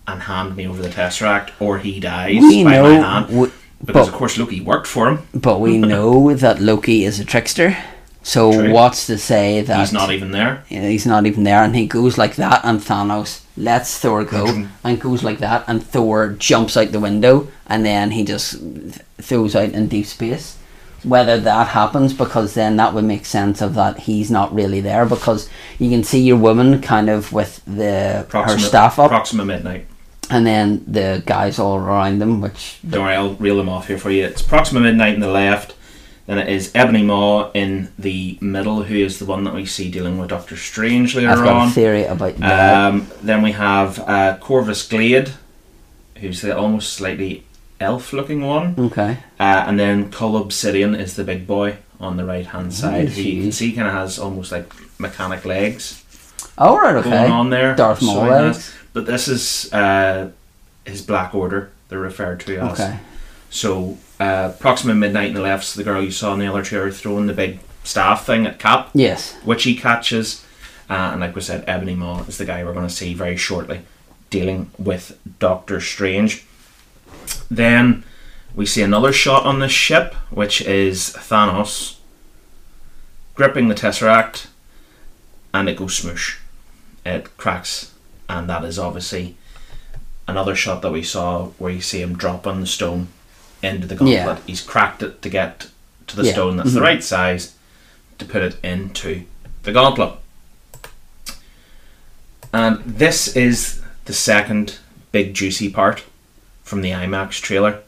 And hand me over the Tesseract, or he dies
we
by my
know,
hand.
we,
because of
but-
course Loki worked for him.
but we know that Loki is a trickster. So
True.
what's to say that
He's not even there.
you know, he's not even there, and he goes like that, and Thanos lets Thor go, and goes like that, and Thor jumps out the window, and then he just th- throws out in deep space. Whether that happens, because then that would make sense of that he's not really there, because you can see your woman kind of with the her
Proxima,
staff up,
Proxima Midnight.
and then the guys all around them, which
Don't worry, I'll reel them off here for you. It's Proxima Midnight in the left, then it is Ebony Maw in the middle, who is the one that we see dealing with Doctor Strange later
I've got a
on.
theory about that.
Um, then we have uh, Corvus Glade, who's the almost slightly elf looking one.
okay,
Uh, and then Cull Obsidian is the big boy on the right hand side, who you can
Nice.
see kind of has almost like mechanic legs
all right, okay,
going on there.
Darth
So
Maul
he has-
legs.
But this is uh, his Black Order, they're referred to as.
okay,
So uh, Proxima Midnight in the left's the girl you saw in the other trailer throwing the big staff thing at Cap,
yes,
which he catches. Uh, and like we said, Ebony Maw is the guy we're going to see very shortly dealing with Doctor Strange. Then we see another shot on the ship, which is Thanos gripping the Tesseract, and it goes smoosh. It cracks, and that is obviously another shot that we saw where you see him dropping the stone into the gauntlet.
Yeah.
He's cracked it to get to the
Yeah.
stone that's the right size to put it into the gauntlet. And this is the second big juicy part from the IMAX trailer.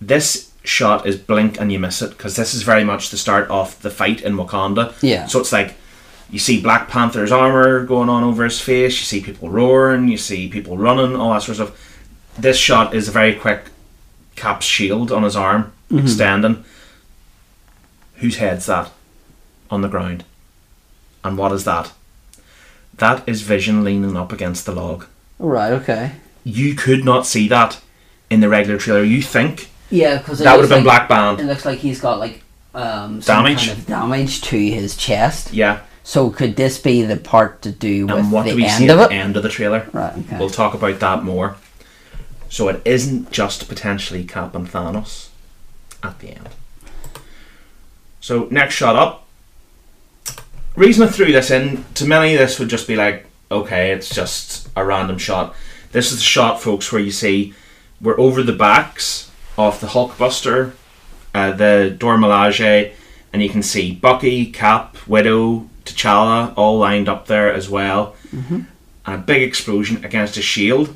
This shot is blink and you miss it because this is very much the start of the fight in Wakanda.
Yeah.
So it's like you see Black Panther's armor going on over his face, you see people roaring, you see people running, all that sort of stuff. This shot is a very quick Cap's shield on his arm extending. Whose head's that on the ground? And what is that? That is Vision leaning up against the log.
all right, okay.
You could not see that in the regular trailer. You think
Yeah, because
that would have been Black
like,
Band?
It looks like he's got like um, some
Damage?
kind of damage to his chest.
Yeah.
So could this be the part to do with
And what
the
do we
end
see
of
at
it?
the end of the trailer?
Right. Okay.
We'll talk about that more. So it isn't just potentially Cap and Thanos at the end. So next shot up. Reason I threw this in to many, this would just be like, okay, it's just a random shot. This is the shot, folks, where you see we're over the backs of the Hulkbuster, uh, the Dormelage, and you can see Bucky, Cap, Widow, T'Challa all lined up there as well and a big explosion against a shield.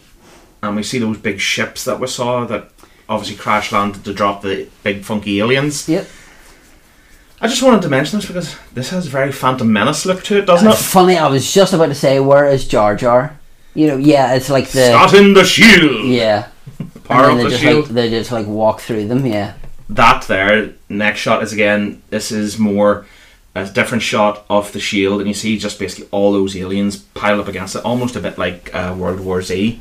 And we see those big ships that we saw that obviously crash landed to drop the big funky aliens.
Yep.
I just wanted to mention this because this has a very Phantom Menace look to it, doesn't it?
Funny, I was just about to say, where is Jar Jar? You know, yeah, it's like the
Got in the shield!
yeah. And
Power
then
of
they
the
just
shield.
like they just like walk through them. Yeah.
that there, next shot is again, this is more a different shot of the shield, and you see just basically all those aliens piled up against it, almost a bit like uh, World War Z,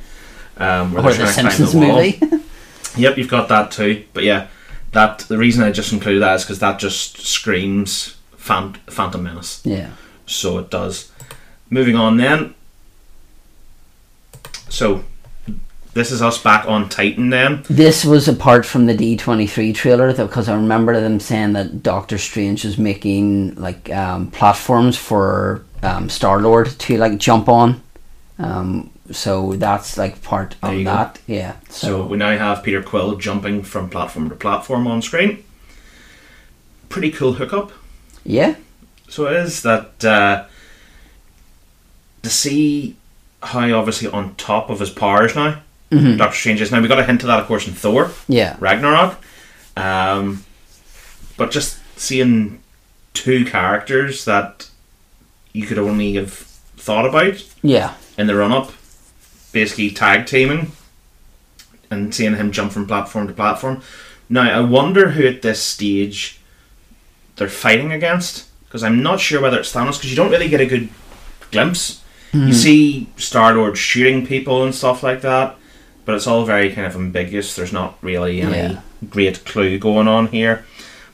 um, where
or
they're
the
trying to climb
Simpsons
the wall.
movie.
Yep, you've got that too. But yeah, that the reason I just included that is because that just screams Phant- Phantom Menace.
yeah.
So it does. Moving on then. So this is us back on Titan then.
This was apart from the D twenty three trailer, though, because I remember them saying that Doctor Strange was making like um, platforms for um, Star Lord to like jump on. Um, so that's like part
There
of
you go.
that. Yeah.
So
So,
we now have Peter Quill jumping from platform to platform on screen. Pretty cool hookup.
yeah,
So it is that uh, to see how obviously on top of his powers now, Doctor Strange is now. We got a hint of that, of course, in Thor.
yeah,
Ragnarok. Um, but just seeing two characters that you could only have thought about
yeah,
in the run up, basically tag teaming and seeing him jump from platform to platform. Now, I wonder who at this stage they're fighting against because I'm not sure whether it's Thanos because you don't really get a good glimpse. You see Star Lord shooting people and stuff like that, but it's all very kind of ambiguous. There's not really any
Yeah.
great clue going on here.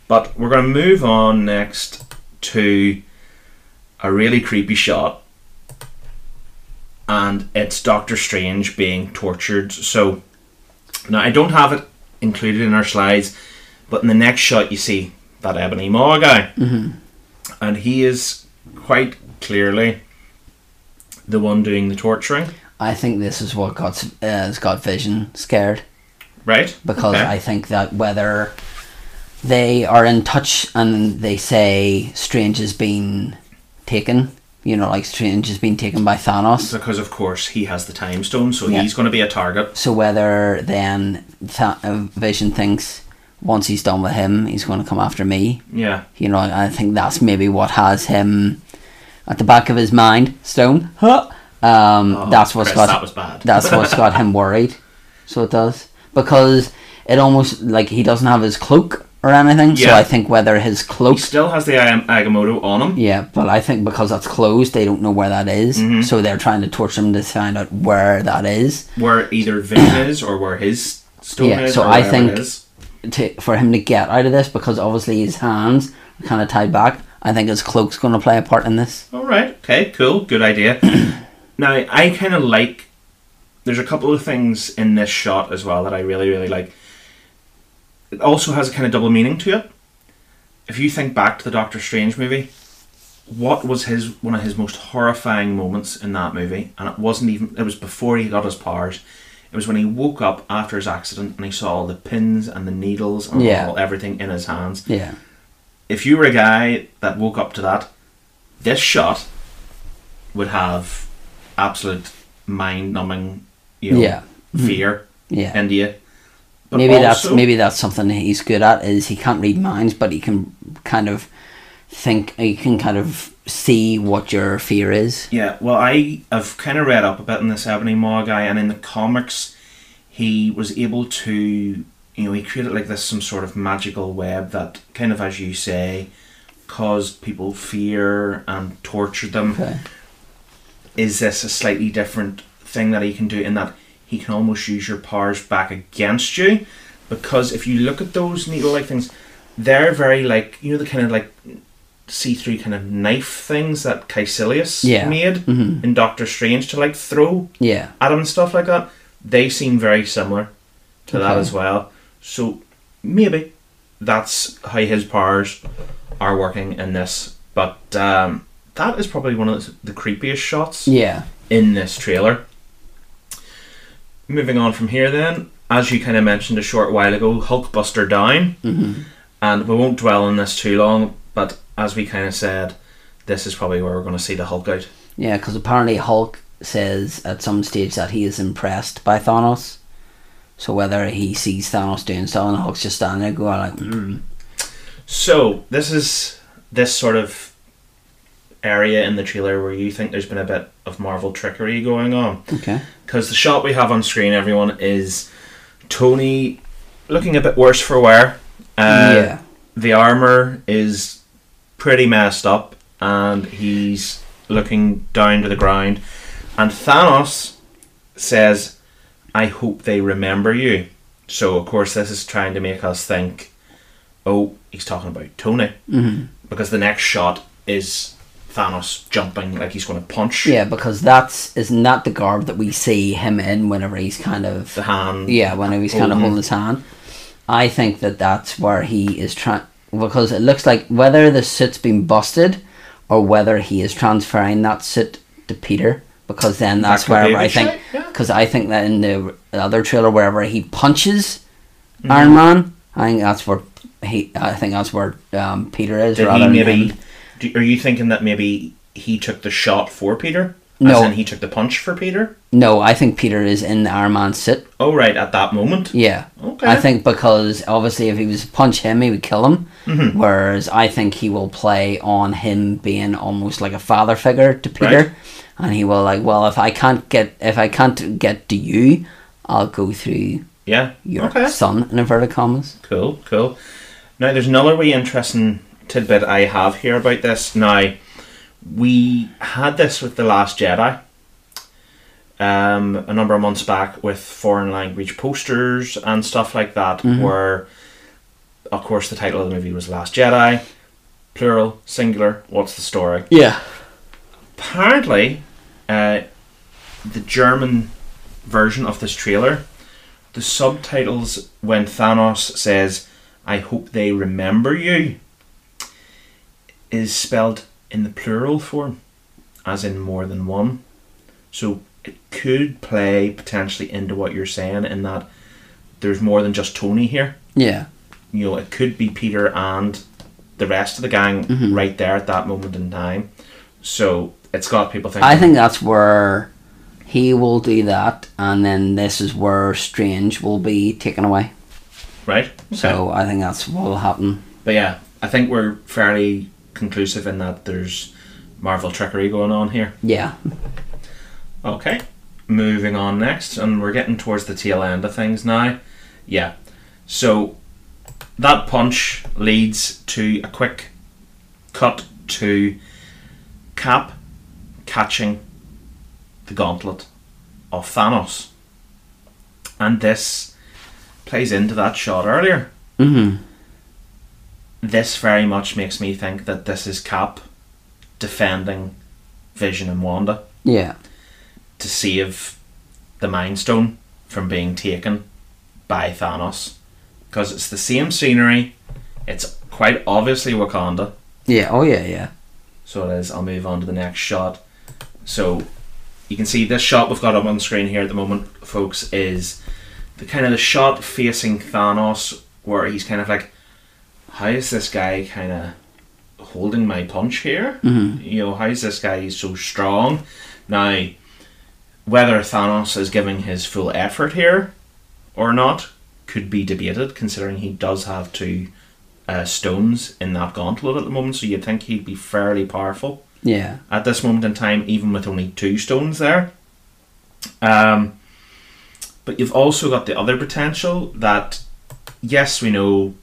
But we're going to move on next to a really creepy shot, and it's Doctor Strange being tortured. So now I don't have it included in our slides, but in the next shot you see that Ebony Maw guy,
Mm-hmm.
and he is quite clearly the one doing the torturing,
I think this is what got uh, has got Vision scared.
right?
because
Okay.
I think that whether they are in touch and they say Strange has been taken, you know, like Strange has been taken by Thanos.
because of course he has the time stone, so
Yeah.
he's going to be a target.
So whether then Tha- uh, Vision thinks once he's done with him, he's going to come after me.
Yeah,
You know, I think that's maybe what has him at the back of his mind. Stone. Huh. Um,
Oh,
that's what's
Chris,
got.
that was bad.
That's what's got him worried. So it does because it almost like he doesn't have his cloak or anything. So
Yeah.
I think whether his cloak.
he still has the Ag- Agamotto on him.
Yeah, but I think because that's closed, they don't know where that is,
Mm-hmm.
So they're trying to torture him to find out where that is.
where either Vision is or where his stone
Yeah,
is.
so
or
I
wherever it
think-
is.
to, for him to get out of this because obviously his hands are kind of tied back. I think his cloak's going to play a part in this.
All right. Okay. Cool. Good idea. now I kind of like. There's a couple of things in this shot as well that I really really like. It also has a kind of double meaning to it. If you think back to the Doctor Strange movie, what was his one of his most horrifying moments in that movie? And it wasn't even. It was before he got his powers. It was when he woke up after his accident and he saw all the pins and the needles and
Yeah.
all everything in his hands.
Yeah,
if you were a guy that woke up to that, this shot would have absolute mind numbing, you know,
Yeah. Hmm.
fear
yeah.
into you. But
maybe that's
also-
maybe that's something that he's good at is he can't read minds, but he can kind of think. He can kind of see what your fear is.
Yeah, well, I have kind of read up a bit on this Ebony Maw guy, and in the comics, he was able to, you know, he created like this some sort of magical web that kind of, as you say, caused people fear and tortured them.
Okay.
Is this a slightly different thing that he can do in that he can almost use your powers back against you? Because if you look at those needle like things, they're very like, you know, the kind of like see through kind of knife things that Caecilius
Yeah.
made
Mm-hmm.
in Doctor Strange to like throw
Yeah,
at him and stuff like that. They seem very similar to that
Okay.
as well. So maybe that's how his powers are working in this. But um, that is probably one of the creepiest shots
yeah,
in this trailer. Moving on from here, then, as you kind of mentioned a short while ago, Hulkbuster down,
Mm-hmm.
and we won't dwell on this too long. But as we kind of said, this is probably where we're going to see the Hulk out.
yeah. Because apparently Hulk says at some stage that he is impressed by Thanos. So whether he sees Thanos doing stuff and Hulk's just standing there going like, mm,
So this is this sort of area in the trailer where you think there's been a bit of Marvel trickery going on,
okay,
because the shot we have on screen, everyone, is Tony looking a bit worse for wear. Uh,
yeah.
the armor is pretty messed up, and he's looking down to the ground. And Thanos says, "I hope they remember you." So of course, this is trying to make us think, "Oh, he's talking about Tony," mm-hmm. because the next shot is Thanos jumping like he's going to punch
Yeah, because that's isn't that the garb that we see him in whenever he's kind of
the hand.
yeah when he's kind of
Holding.
holding his hand. I think that that's where he is trying because it looks like whether the suit's been busted or whether he is transferring that suit to Peter because then that's
could be
wherever
a
I
good
think
shout, yeah.
because I think that in the other trailer wherever he punches
Mm-hmm.
Iron Man, I think that's where he I think that's where um, Peter is
Did
rather
he
than
maybe?
him.
Do, are you thinking that maybe he took the shot for Peter?
No.
As in he took the punch for Peter.
No, I think Peter is in the Iron Man suit
Oh right, at that moment.
Yeah.
Okay.
I think because obviously if he was to punch him, he would kill him.
Mm-hmm. Hmm.
Whereas I think he will play on him being almost like a father figure to Peter,
Right.
and he will like, well, if I can't get if I can't get to you, I'll go through
Yeah.
your
okay.
son in inverted commas.
Cool, cool. Now, there's another wee interesting tidbit I have here about this. Now, we had this with The Last Jedi um, a number of months back with foreign language posters and stuff like that,
Mm-hmm.
where, of course, the title of the movie was Last Jedi, plural, singular, what's the story?
Yeah.
apparently, uh, the German version of this trailer, the subtitles when Thanos says, "I hope they remember you," is spelled in the plural form, as in more than one. So it could play potentially into what you're saying in that there's more than just Tony here.
Yeah.
You know, it could be Peter and the rest of the gang
Mm-hmm.
right there at that moment in time. So it's got people thinking.
I think that's where he will do that, and then this is where Strange will be taken away.
right? Okay.
So I think that's what will happen.
but yeah, I think we're fairly conclusive in that there's Marvel trickery going on here.
Yeah.
Okay, moving on next, and we're getting towards the tail end of things now. Yeah, so that punch leads to a quick cut to Cap catching the gauntlet of Thanos, and this plays into that shot earlier.
hmm
this very much makes me think that this is Cap defending Vision and Wanda
Yeah.
to save the Mind Stone from being taken by Thanos. Because it's the same scenery, it's quite obviously Wakanda,
Yeah. Oh yeah. Yeah.
so it is. I'll move on to the next shot. So you can see this shot we've got up on screen here at the moment, folks, is the kind of the shot facing Thanos where he's kind of like, how is this guy kind of holding my punch here? You know, how is this guy so strong? Now, whether Thanos is giving his full effort here or not could be debated, considering he does have two uh, stones in that gauntlet at the moment, so you'd think he'd be fairly powerful
Yeah.
at this moment in time, even with only two stones there. Um, but you've also got the other potential that, yes, we know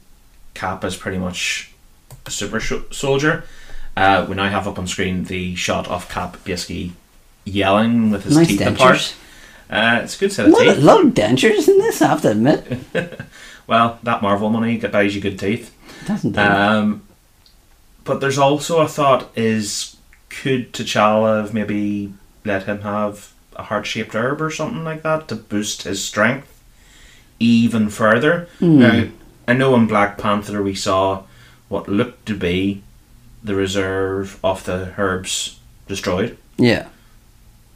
Cap is pretty much a super sho soldier. Uh, we now have up on screen the shot of Cap basically yelling with his
Nice
teeth
dentures.
apart. Uh, it's a good set
A
of
lot,
teeth.
of, lot of dentures in this, I have to admit.
well, that Marvel money buys you good teeth.
Doesn't it?
Um, but there's also a thought is could T'Challa have maybe let him have a heart shaped herb or something like that to boost his strength even further? Now, I know in Black Panther we saw what looked to be the reserve of the herbs destroyed,
yeah.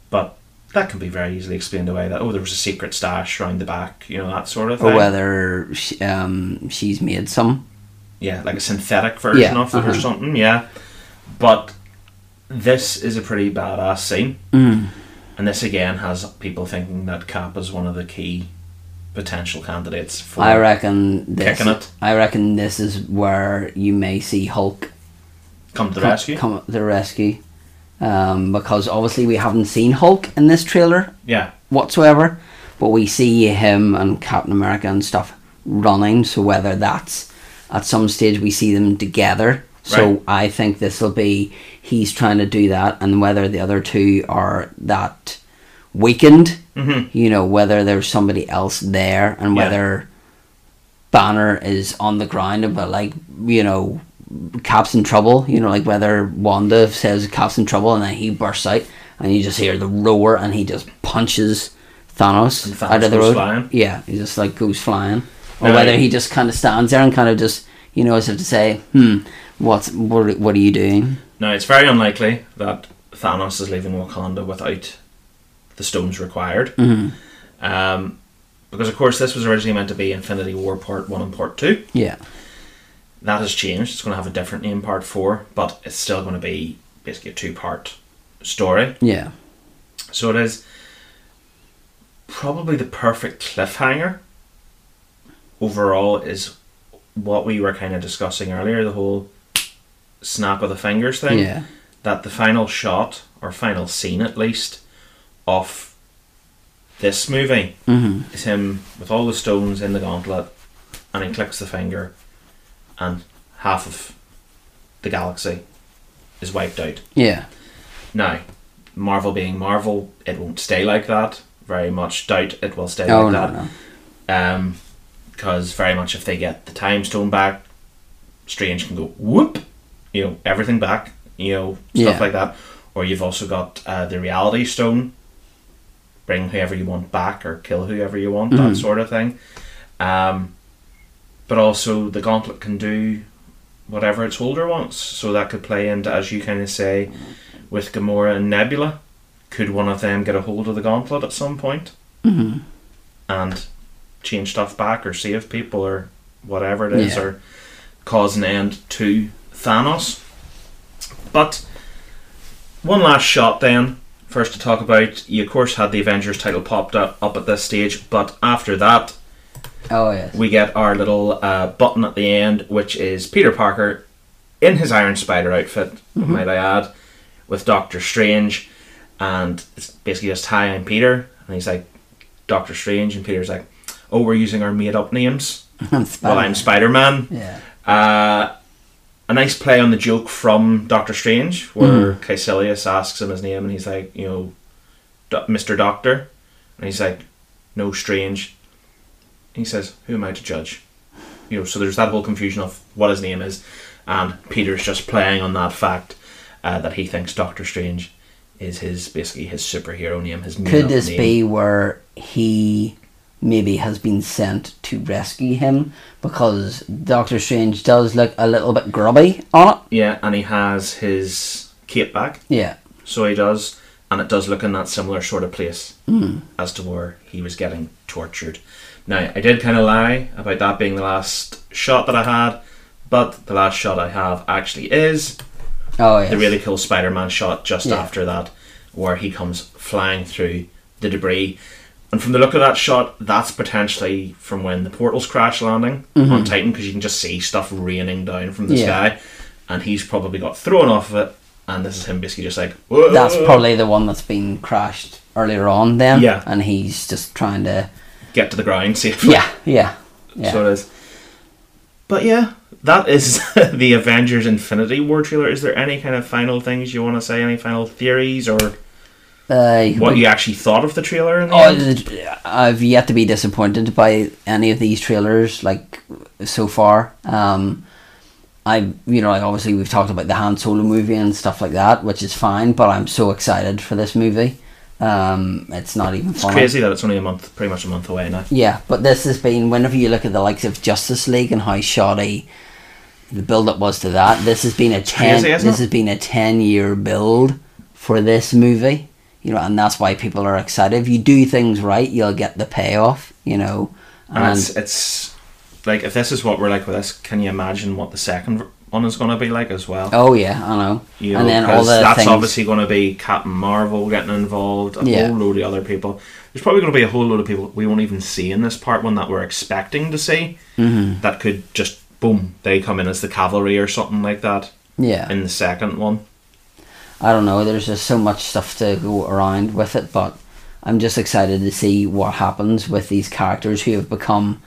but that can be very easily explained away that, oh, there was a secret stash around the back, you know, that sort of thing.
Or whether she, um, she's made some.
yeah, like a synthetic version
Yeah,
of it or
uh-huh.
something, yeah. But this is a pretty badass scene,
Mm.
and this again has people thinking that Cap is one of the key potential candidates for.
I reckon this.
Kicking it.
I reckon this is where you may see Hulk
come to the
co-
rescue.
come to the rescue, um, because obviously we haven't seen Hulk in this trailer
Yeah,
whatsoever, but we see him and Captain America and stuff running. So whether that's at some stage we see them together So
Right.
I think this will be he's trying to do that, and whether the other two are that weakened, you know, whether there's somebody else there, and
Mm-hmm. Yeah.
whether Banner is on the ground, but like you know, Cap's in trouble. You know, like whether Wanda says Cap's in trouble, and then he bursts out, and you just hear the roar, and he just punches Thanos,
And Thanos
out of the
goes
road.
flying.
Yeah, he just like goes flying, or
Now-
whether he just kind of stands there and kind of just you know as if to say, hmm, what's what, what are you doing?
Now, it's very unlikely that Thanos is leaving Wakanda without the stones required.
Mm-hmm.
Um, because, of course, this was originally meant to be Infinity War Part 1 and Part 2.
Yeah,
That has changed. It's going to have a different name, Part 4, but it's still going to be basically a two part story.
yeah,
So it is probably the perfect cliffhanger overall, is what we were kind of discussing earlier the whole snap of the fingers thing
yeah,
that the final shot or final scene at least of this movie is him with all the stones in the gauntlet and he clicks the finger and half of the galaxy is wiped out
yeah,
now marvel being marvel it won't stay like that very much doubt it will stay
Oh,
like
no,
that
no.
um, because very much if they get the time stone back, Strange can go whoop, you know everything back, you know stuff
Yeah.
like that. Or you've also got uh, the Reality Stone, bring whoever you want back or kill whoever you want, that sort of thing. Um, but also the Gauntlet can do whatever its holder wants, so that could play into as you kind of say with Gamora and Nebula. Could one of them get a hold of the Gauntlet at some point?
Mm-hmm.
and change stuff back or save people or whatever it is
Yeah.
or cause an end to Thanos. But one last shot then. First to talk about, you of course had the Avengers title popped up, up at this stage, but after that
Oh yes,
we get our little uh, button at the end, which is Peter Parker in his Iron Spider outfit, might I add, with Doctor Strange, and it's basically just hi, I'm Peter, and he's like Doctor Strange, and Peter's like, oh, we're using our made up names.
I'm
Well, I'm Spider Man.
Ah. Yeah,
Uh, a nice play on the joke from Doctor Strange, where
Hmm.
Caecilius asks him his name, and he's like, you know, "Do- Mr. Doctor. And he's like, no, Strange. And he says, who am I to judge? You know, so there's that whole confusion of what his name is, and Peter's just playing on that fact uh, that he thinks Doctor Strange is his basically his superhero name, his
could
made-up
this
name.
be where he maybe has been sent to rescue him because Doctor Strange does look a little bit grubby on it?
Yeah, and he has his cape back.
Yeah,
So he does, and it does look in that similar sort of place
Hmm.
as to where he was getting tortured. Now, I did kind of lie about that being the last shot that I had, but the last shot I have actually is
oh yes,
the really cool Spider Man shot just
Yeah.
after that, where he comes flying through the debris. And from the look of that shot, that's potentially from when the portal's crash landing on Titan, because you can just see stuff raining down from the
Mm-hmm. Yeah.
sky, and he's probably got thrown off of it. And this is him basically just like, "Whoa."
that's probably the one that's been crashed earlier on then
Yeah.
and he's just trying to
get to the ground safely.
yeah yeah yeah
So it is. But yeah, that is the Avengers Infinity War trailer. Is there any kind of final things you want to say? Any final theories or
uh, you could
what
put-
you actually thought of the trailer? In the
Oh,
end?
the- I've yet to be disappointed by any of these trailers like so far. Um, I you know like obviously we've talked about the Han Solo movie and stuff like that, which is fine. But I'm so excited for this movie. Um, it's not even
It's
funny.
crazy that it's only a month, pretty much a month away now.
Yeah, but this has been whenever you look at the likes of Justice League and how shoddy the build up was to that, this has been a ten
crazy, isn't
this
it?
has been a ten year build for this movie. You know, and that's why people are excited. If you do things right, you'll get the payoff, you know.
And
And
it's, it's like, if this is what we're like with this, can you imagine what the second one is going to be like as well?
oh yeah, I know.
You know,
and then all
'cause
the
that's
things
obviously going to be Captain Marvel getting involved, a
Yeah.
whole load of other people. There's probably going to be a whole load of people we won't even see in this part one that we're expecting to see.
Mm-hmm.
That could just boom, they come in as the cavalry or something like that
Yeah.
in the second one.
I don't know. There's just so much stuff to go around with it, but I'm just excited to see what happens with these characters who have become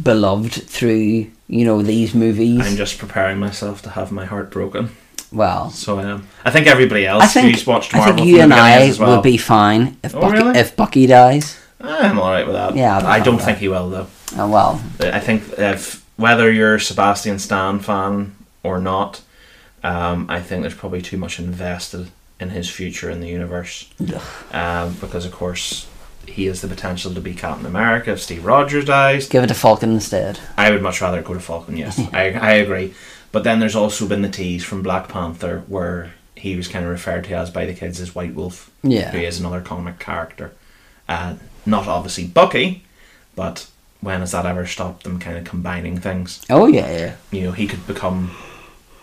beloved through you know these movies.
I'm just preparing myself to have my heart broken.
well,
So I am. I think everybody else
I think,
who's watched
I
Marvel
think
from
you
the
and
beginning
I
as well.
will be fine if
Oh,
Bucky
really?
if Bucky dies.
I'm all right with that.
Yeah, I'll be
I
fine
don't
with
think he will though.
Oh well,
I think if whether you're a Sebastian Stan fan or not, um, I think there's probably too much invested in his future in the universe.
Ugh.
Um, because of course he has the potential to be Captain America if Steve Rogers dies.
give it to Falcon instead.
I would much rather go to Falcon. Yes, I I agree. But then there's also been the tease from Black Panther where he was kind of referred to as by the kids as White Wolf, who
Yeah,
is another comic character. Uh, not obviously Bucky, but when has that ever stopped them kind of combining things?
oh yeah, yeah,
you know, he could become,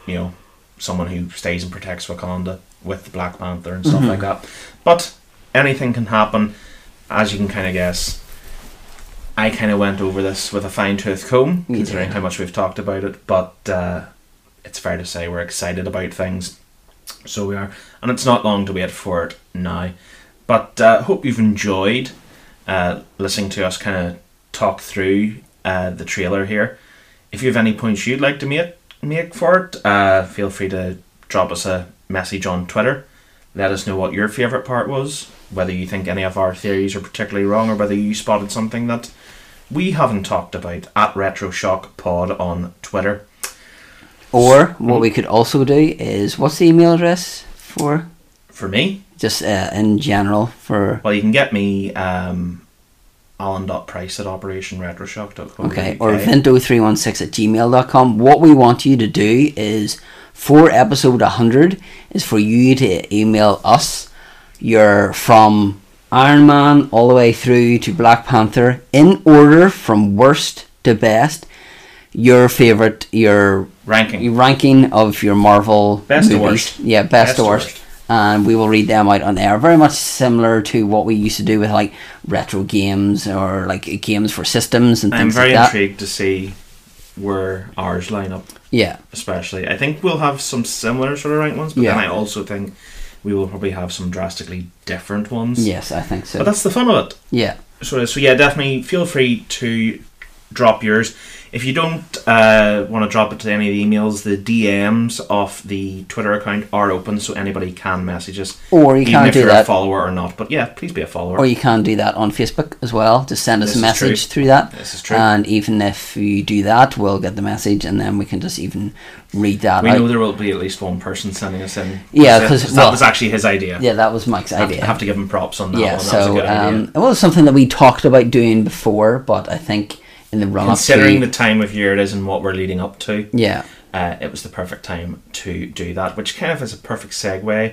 you know, someone who stays and protects Wakanda with the Black Panther and stuff like that. But anything can happen, as you can kind of guess. I kind of went over this with a fine tooth comb,
You
considering
did.
how much we've talked about it. But uh, it's fair to say we're excited about things, so we are, and it's not long to wait for it now. But uh, hope you've enjoyed uh, listening to us kind of talk through uh, the trailer here. If you have any points you'd like to make, make for it, uh, feel free to drop us a message on Twitter. Let us know what your favourite part was, whether you think any of our theories are particularly wrong, or whether you spotted something that we haven't talked about at RetroShock Pod on Twitter.
Or what we could also do is what's the email address for?
For me,
Just uh, in general for
Well, you can get me um, alan.price at operationretroshock.co.uk.
Okay, or vinto316 at gmail.com. What we want you to do is, for episode 100, is for you to email us your from Iron Man all the way through to Black Panther in order from worst to best, your favourite, your
Ranking.
your ranking of your Marvel
Best to
movies.
worst.
Yeah, best,
Best
to
to
worst.
worst.
And we will read them out on air. Very much similar to what we used to do with like retro games or like games for systems and
I'm
things
very
like that.
intrigued to see where ours line up,
Yeah,
especially. I think we'll have some similar sort of ranked ones, but then
Yeah.
I also think we will probably have some drastically different ones.
yes, I think
But
so.
that's the fun of it.
Yeah,
So, so yeah, definitely feel free to drop yours. If you don't uh, want to drop it to any of the emails, the DMs of the Twitter account are open, so anybody can message us.
Or Oh, you
even
can
if
do
you're
that- Oh,
a follower or not. But yeah, please be a follower.
or you can do that on Facebook as well. Just send us
This
a
is true.
message through that.
This is true.
And even if you do that, we'll get the message, and then we can just even read that
we
out.
know there will be at least one person sending us in.
Yeah,
That's it.
'cause-
that
well-
was actually his idea.
yeah, that was Mike's
I have,
idea.
have to give him props on that one. That
yeah,
was a
so
good
um,
idea.
it was something that we talked about doing before, but I think in the run up
Considering
to,
the time of year it is and what we're leading up to,
yeah,
uh, it was the perfect time to do that, which kind of is a perfect segue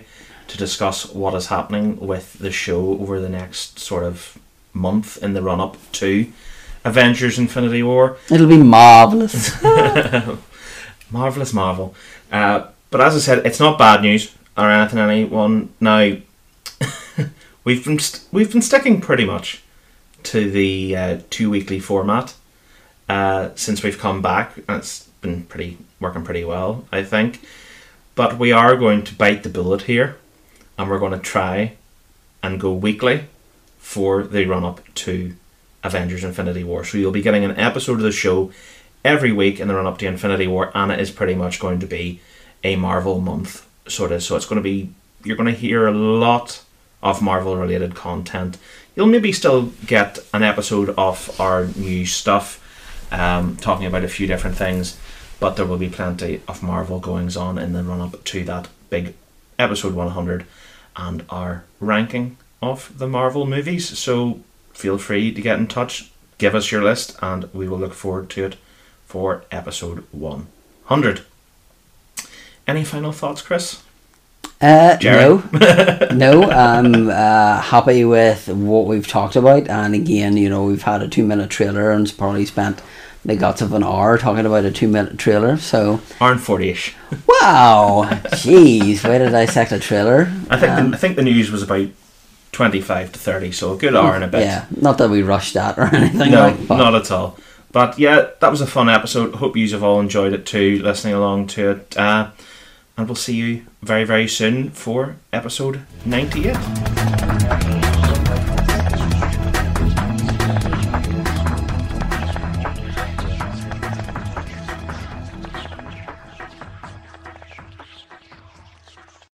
to discuss what is happening with the show over the next sort of month in the run up to Avengers Infinity War.
it'll be marvelous.
Marvelous Marvel. Uh, but as I said, it's not bad news or anything, anyone. Now, we've been st- we've been sticking pretty much to the uh, two weekly format uh, since we've come back, and it's been pretty working pretty well, I think. But we are going to bite the bullet here, and we're going to try and go weekly for the run up to Avengers Infinity War. So you'll be getting an episode of the show every week in the run up to Infinity War, and it is pretty much going to be a Marvel month sort of. So it's going to be you're going to hear a lot of Marvel related content. You'll maybe still get an episode of our new stuff, um, talking about a few different things, but there will be plenty of Marvel goings on in the run up to that big episode 100 and our ranking of the Marvel movies. So feel free to get in touch, give us your list, and we will look forward to it for episode 100. Any final thoughts, Chris?
Uh,
Jared?
No, no. I'm uh, happy with what we've talked about, and again, you know, we've had a two-minute trailer, and it's probably spent the guts of an hour talking about a two-minute trailer. So,
Iron 40 ish.
wow, jeez, where did I dissect a trailer?
I think the, I think the news was about 25 to 30, so a good hour and a bit.
Yeah, not that we rushed that or anything.
No,
like, but
not at all. But yeah, that was a fun episode. Hope you have all enjoyed it too, listening along to it. Uh, and we'll see you very, very soon for episode 98.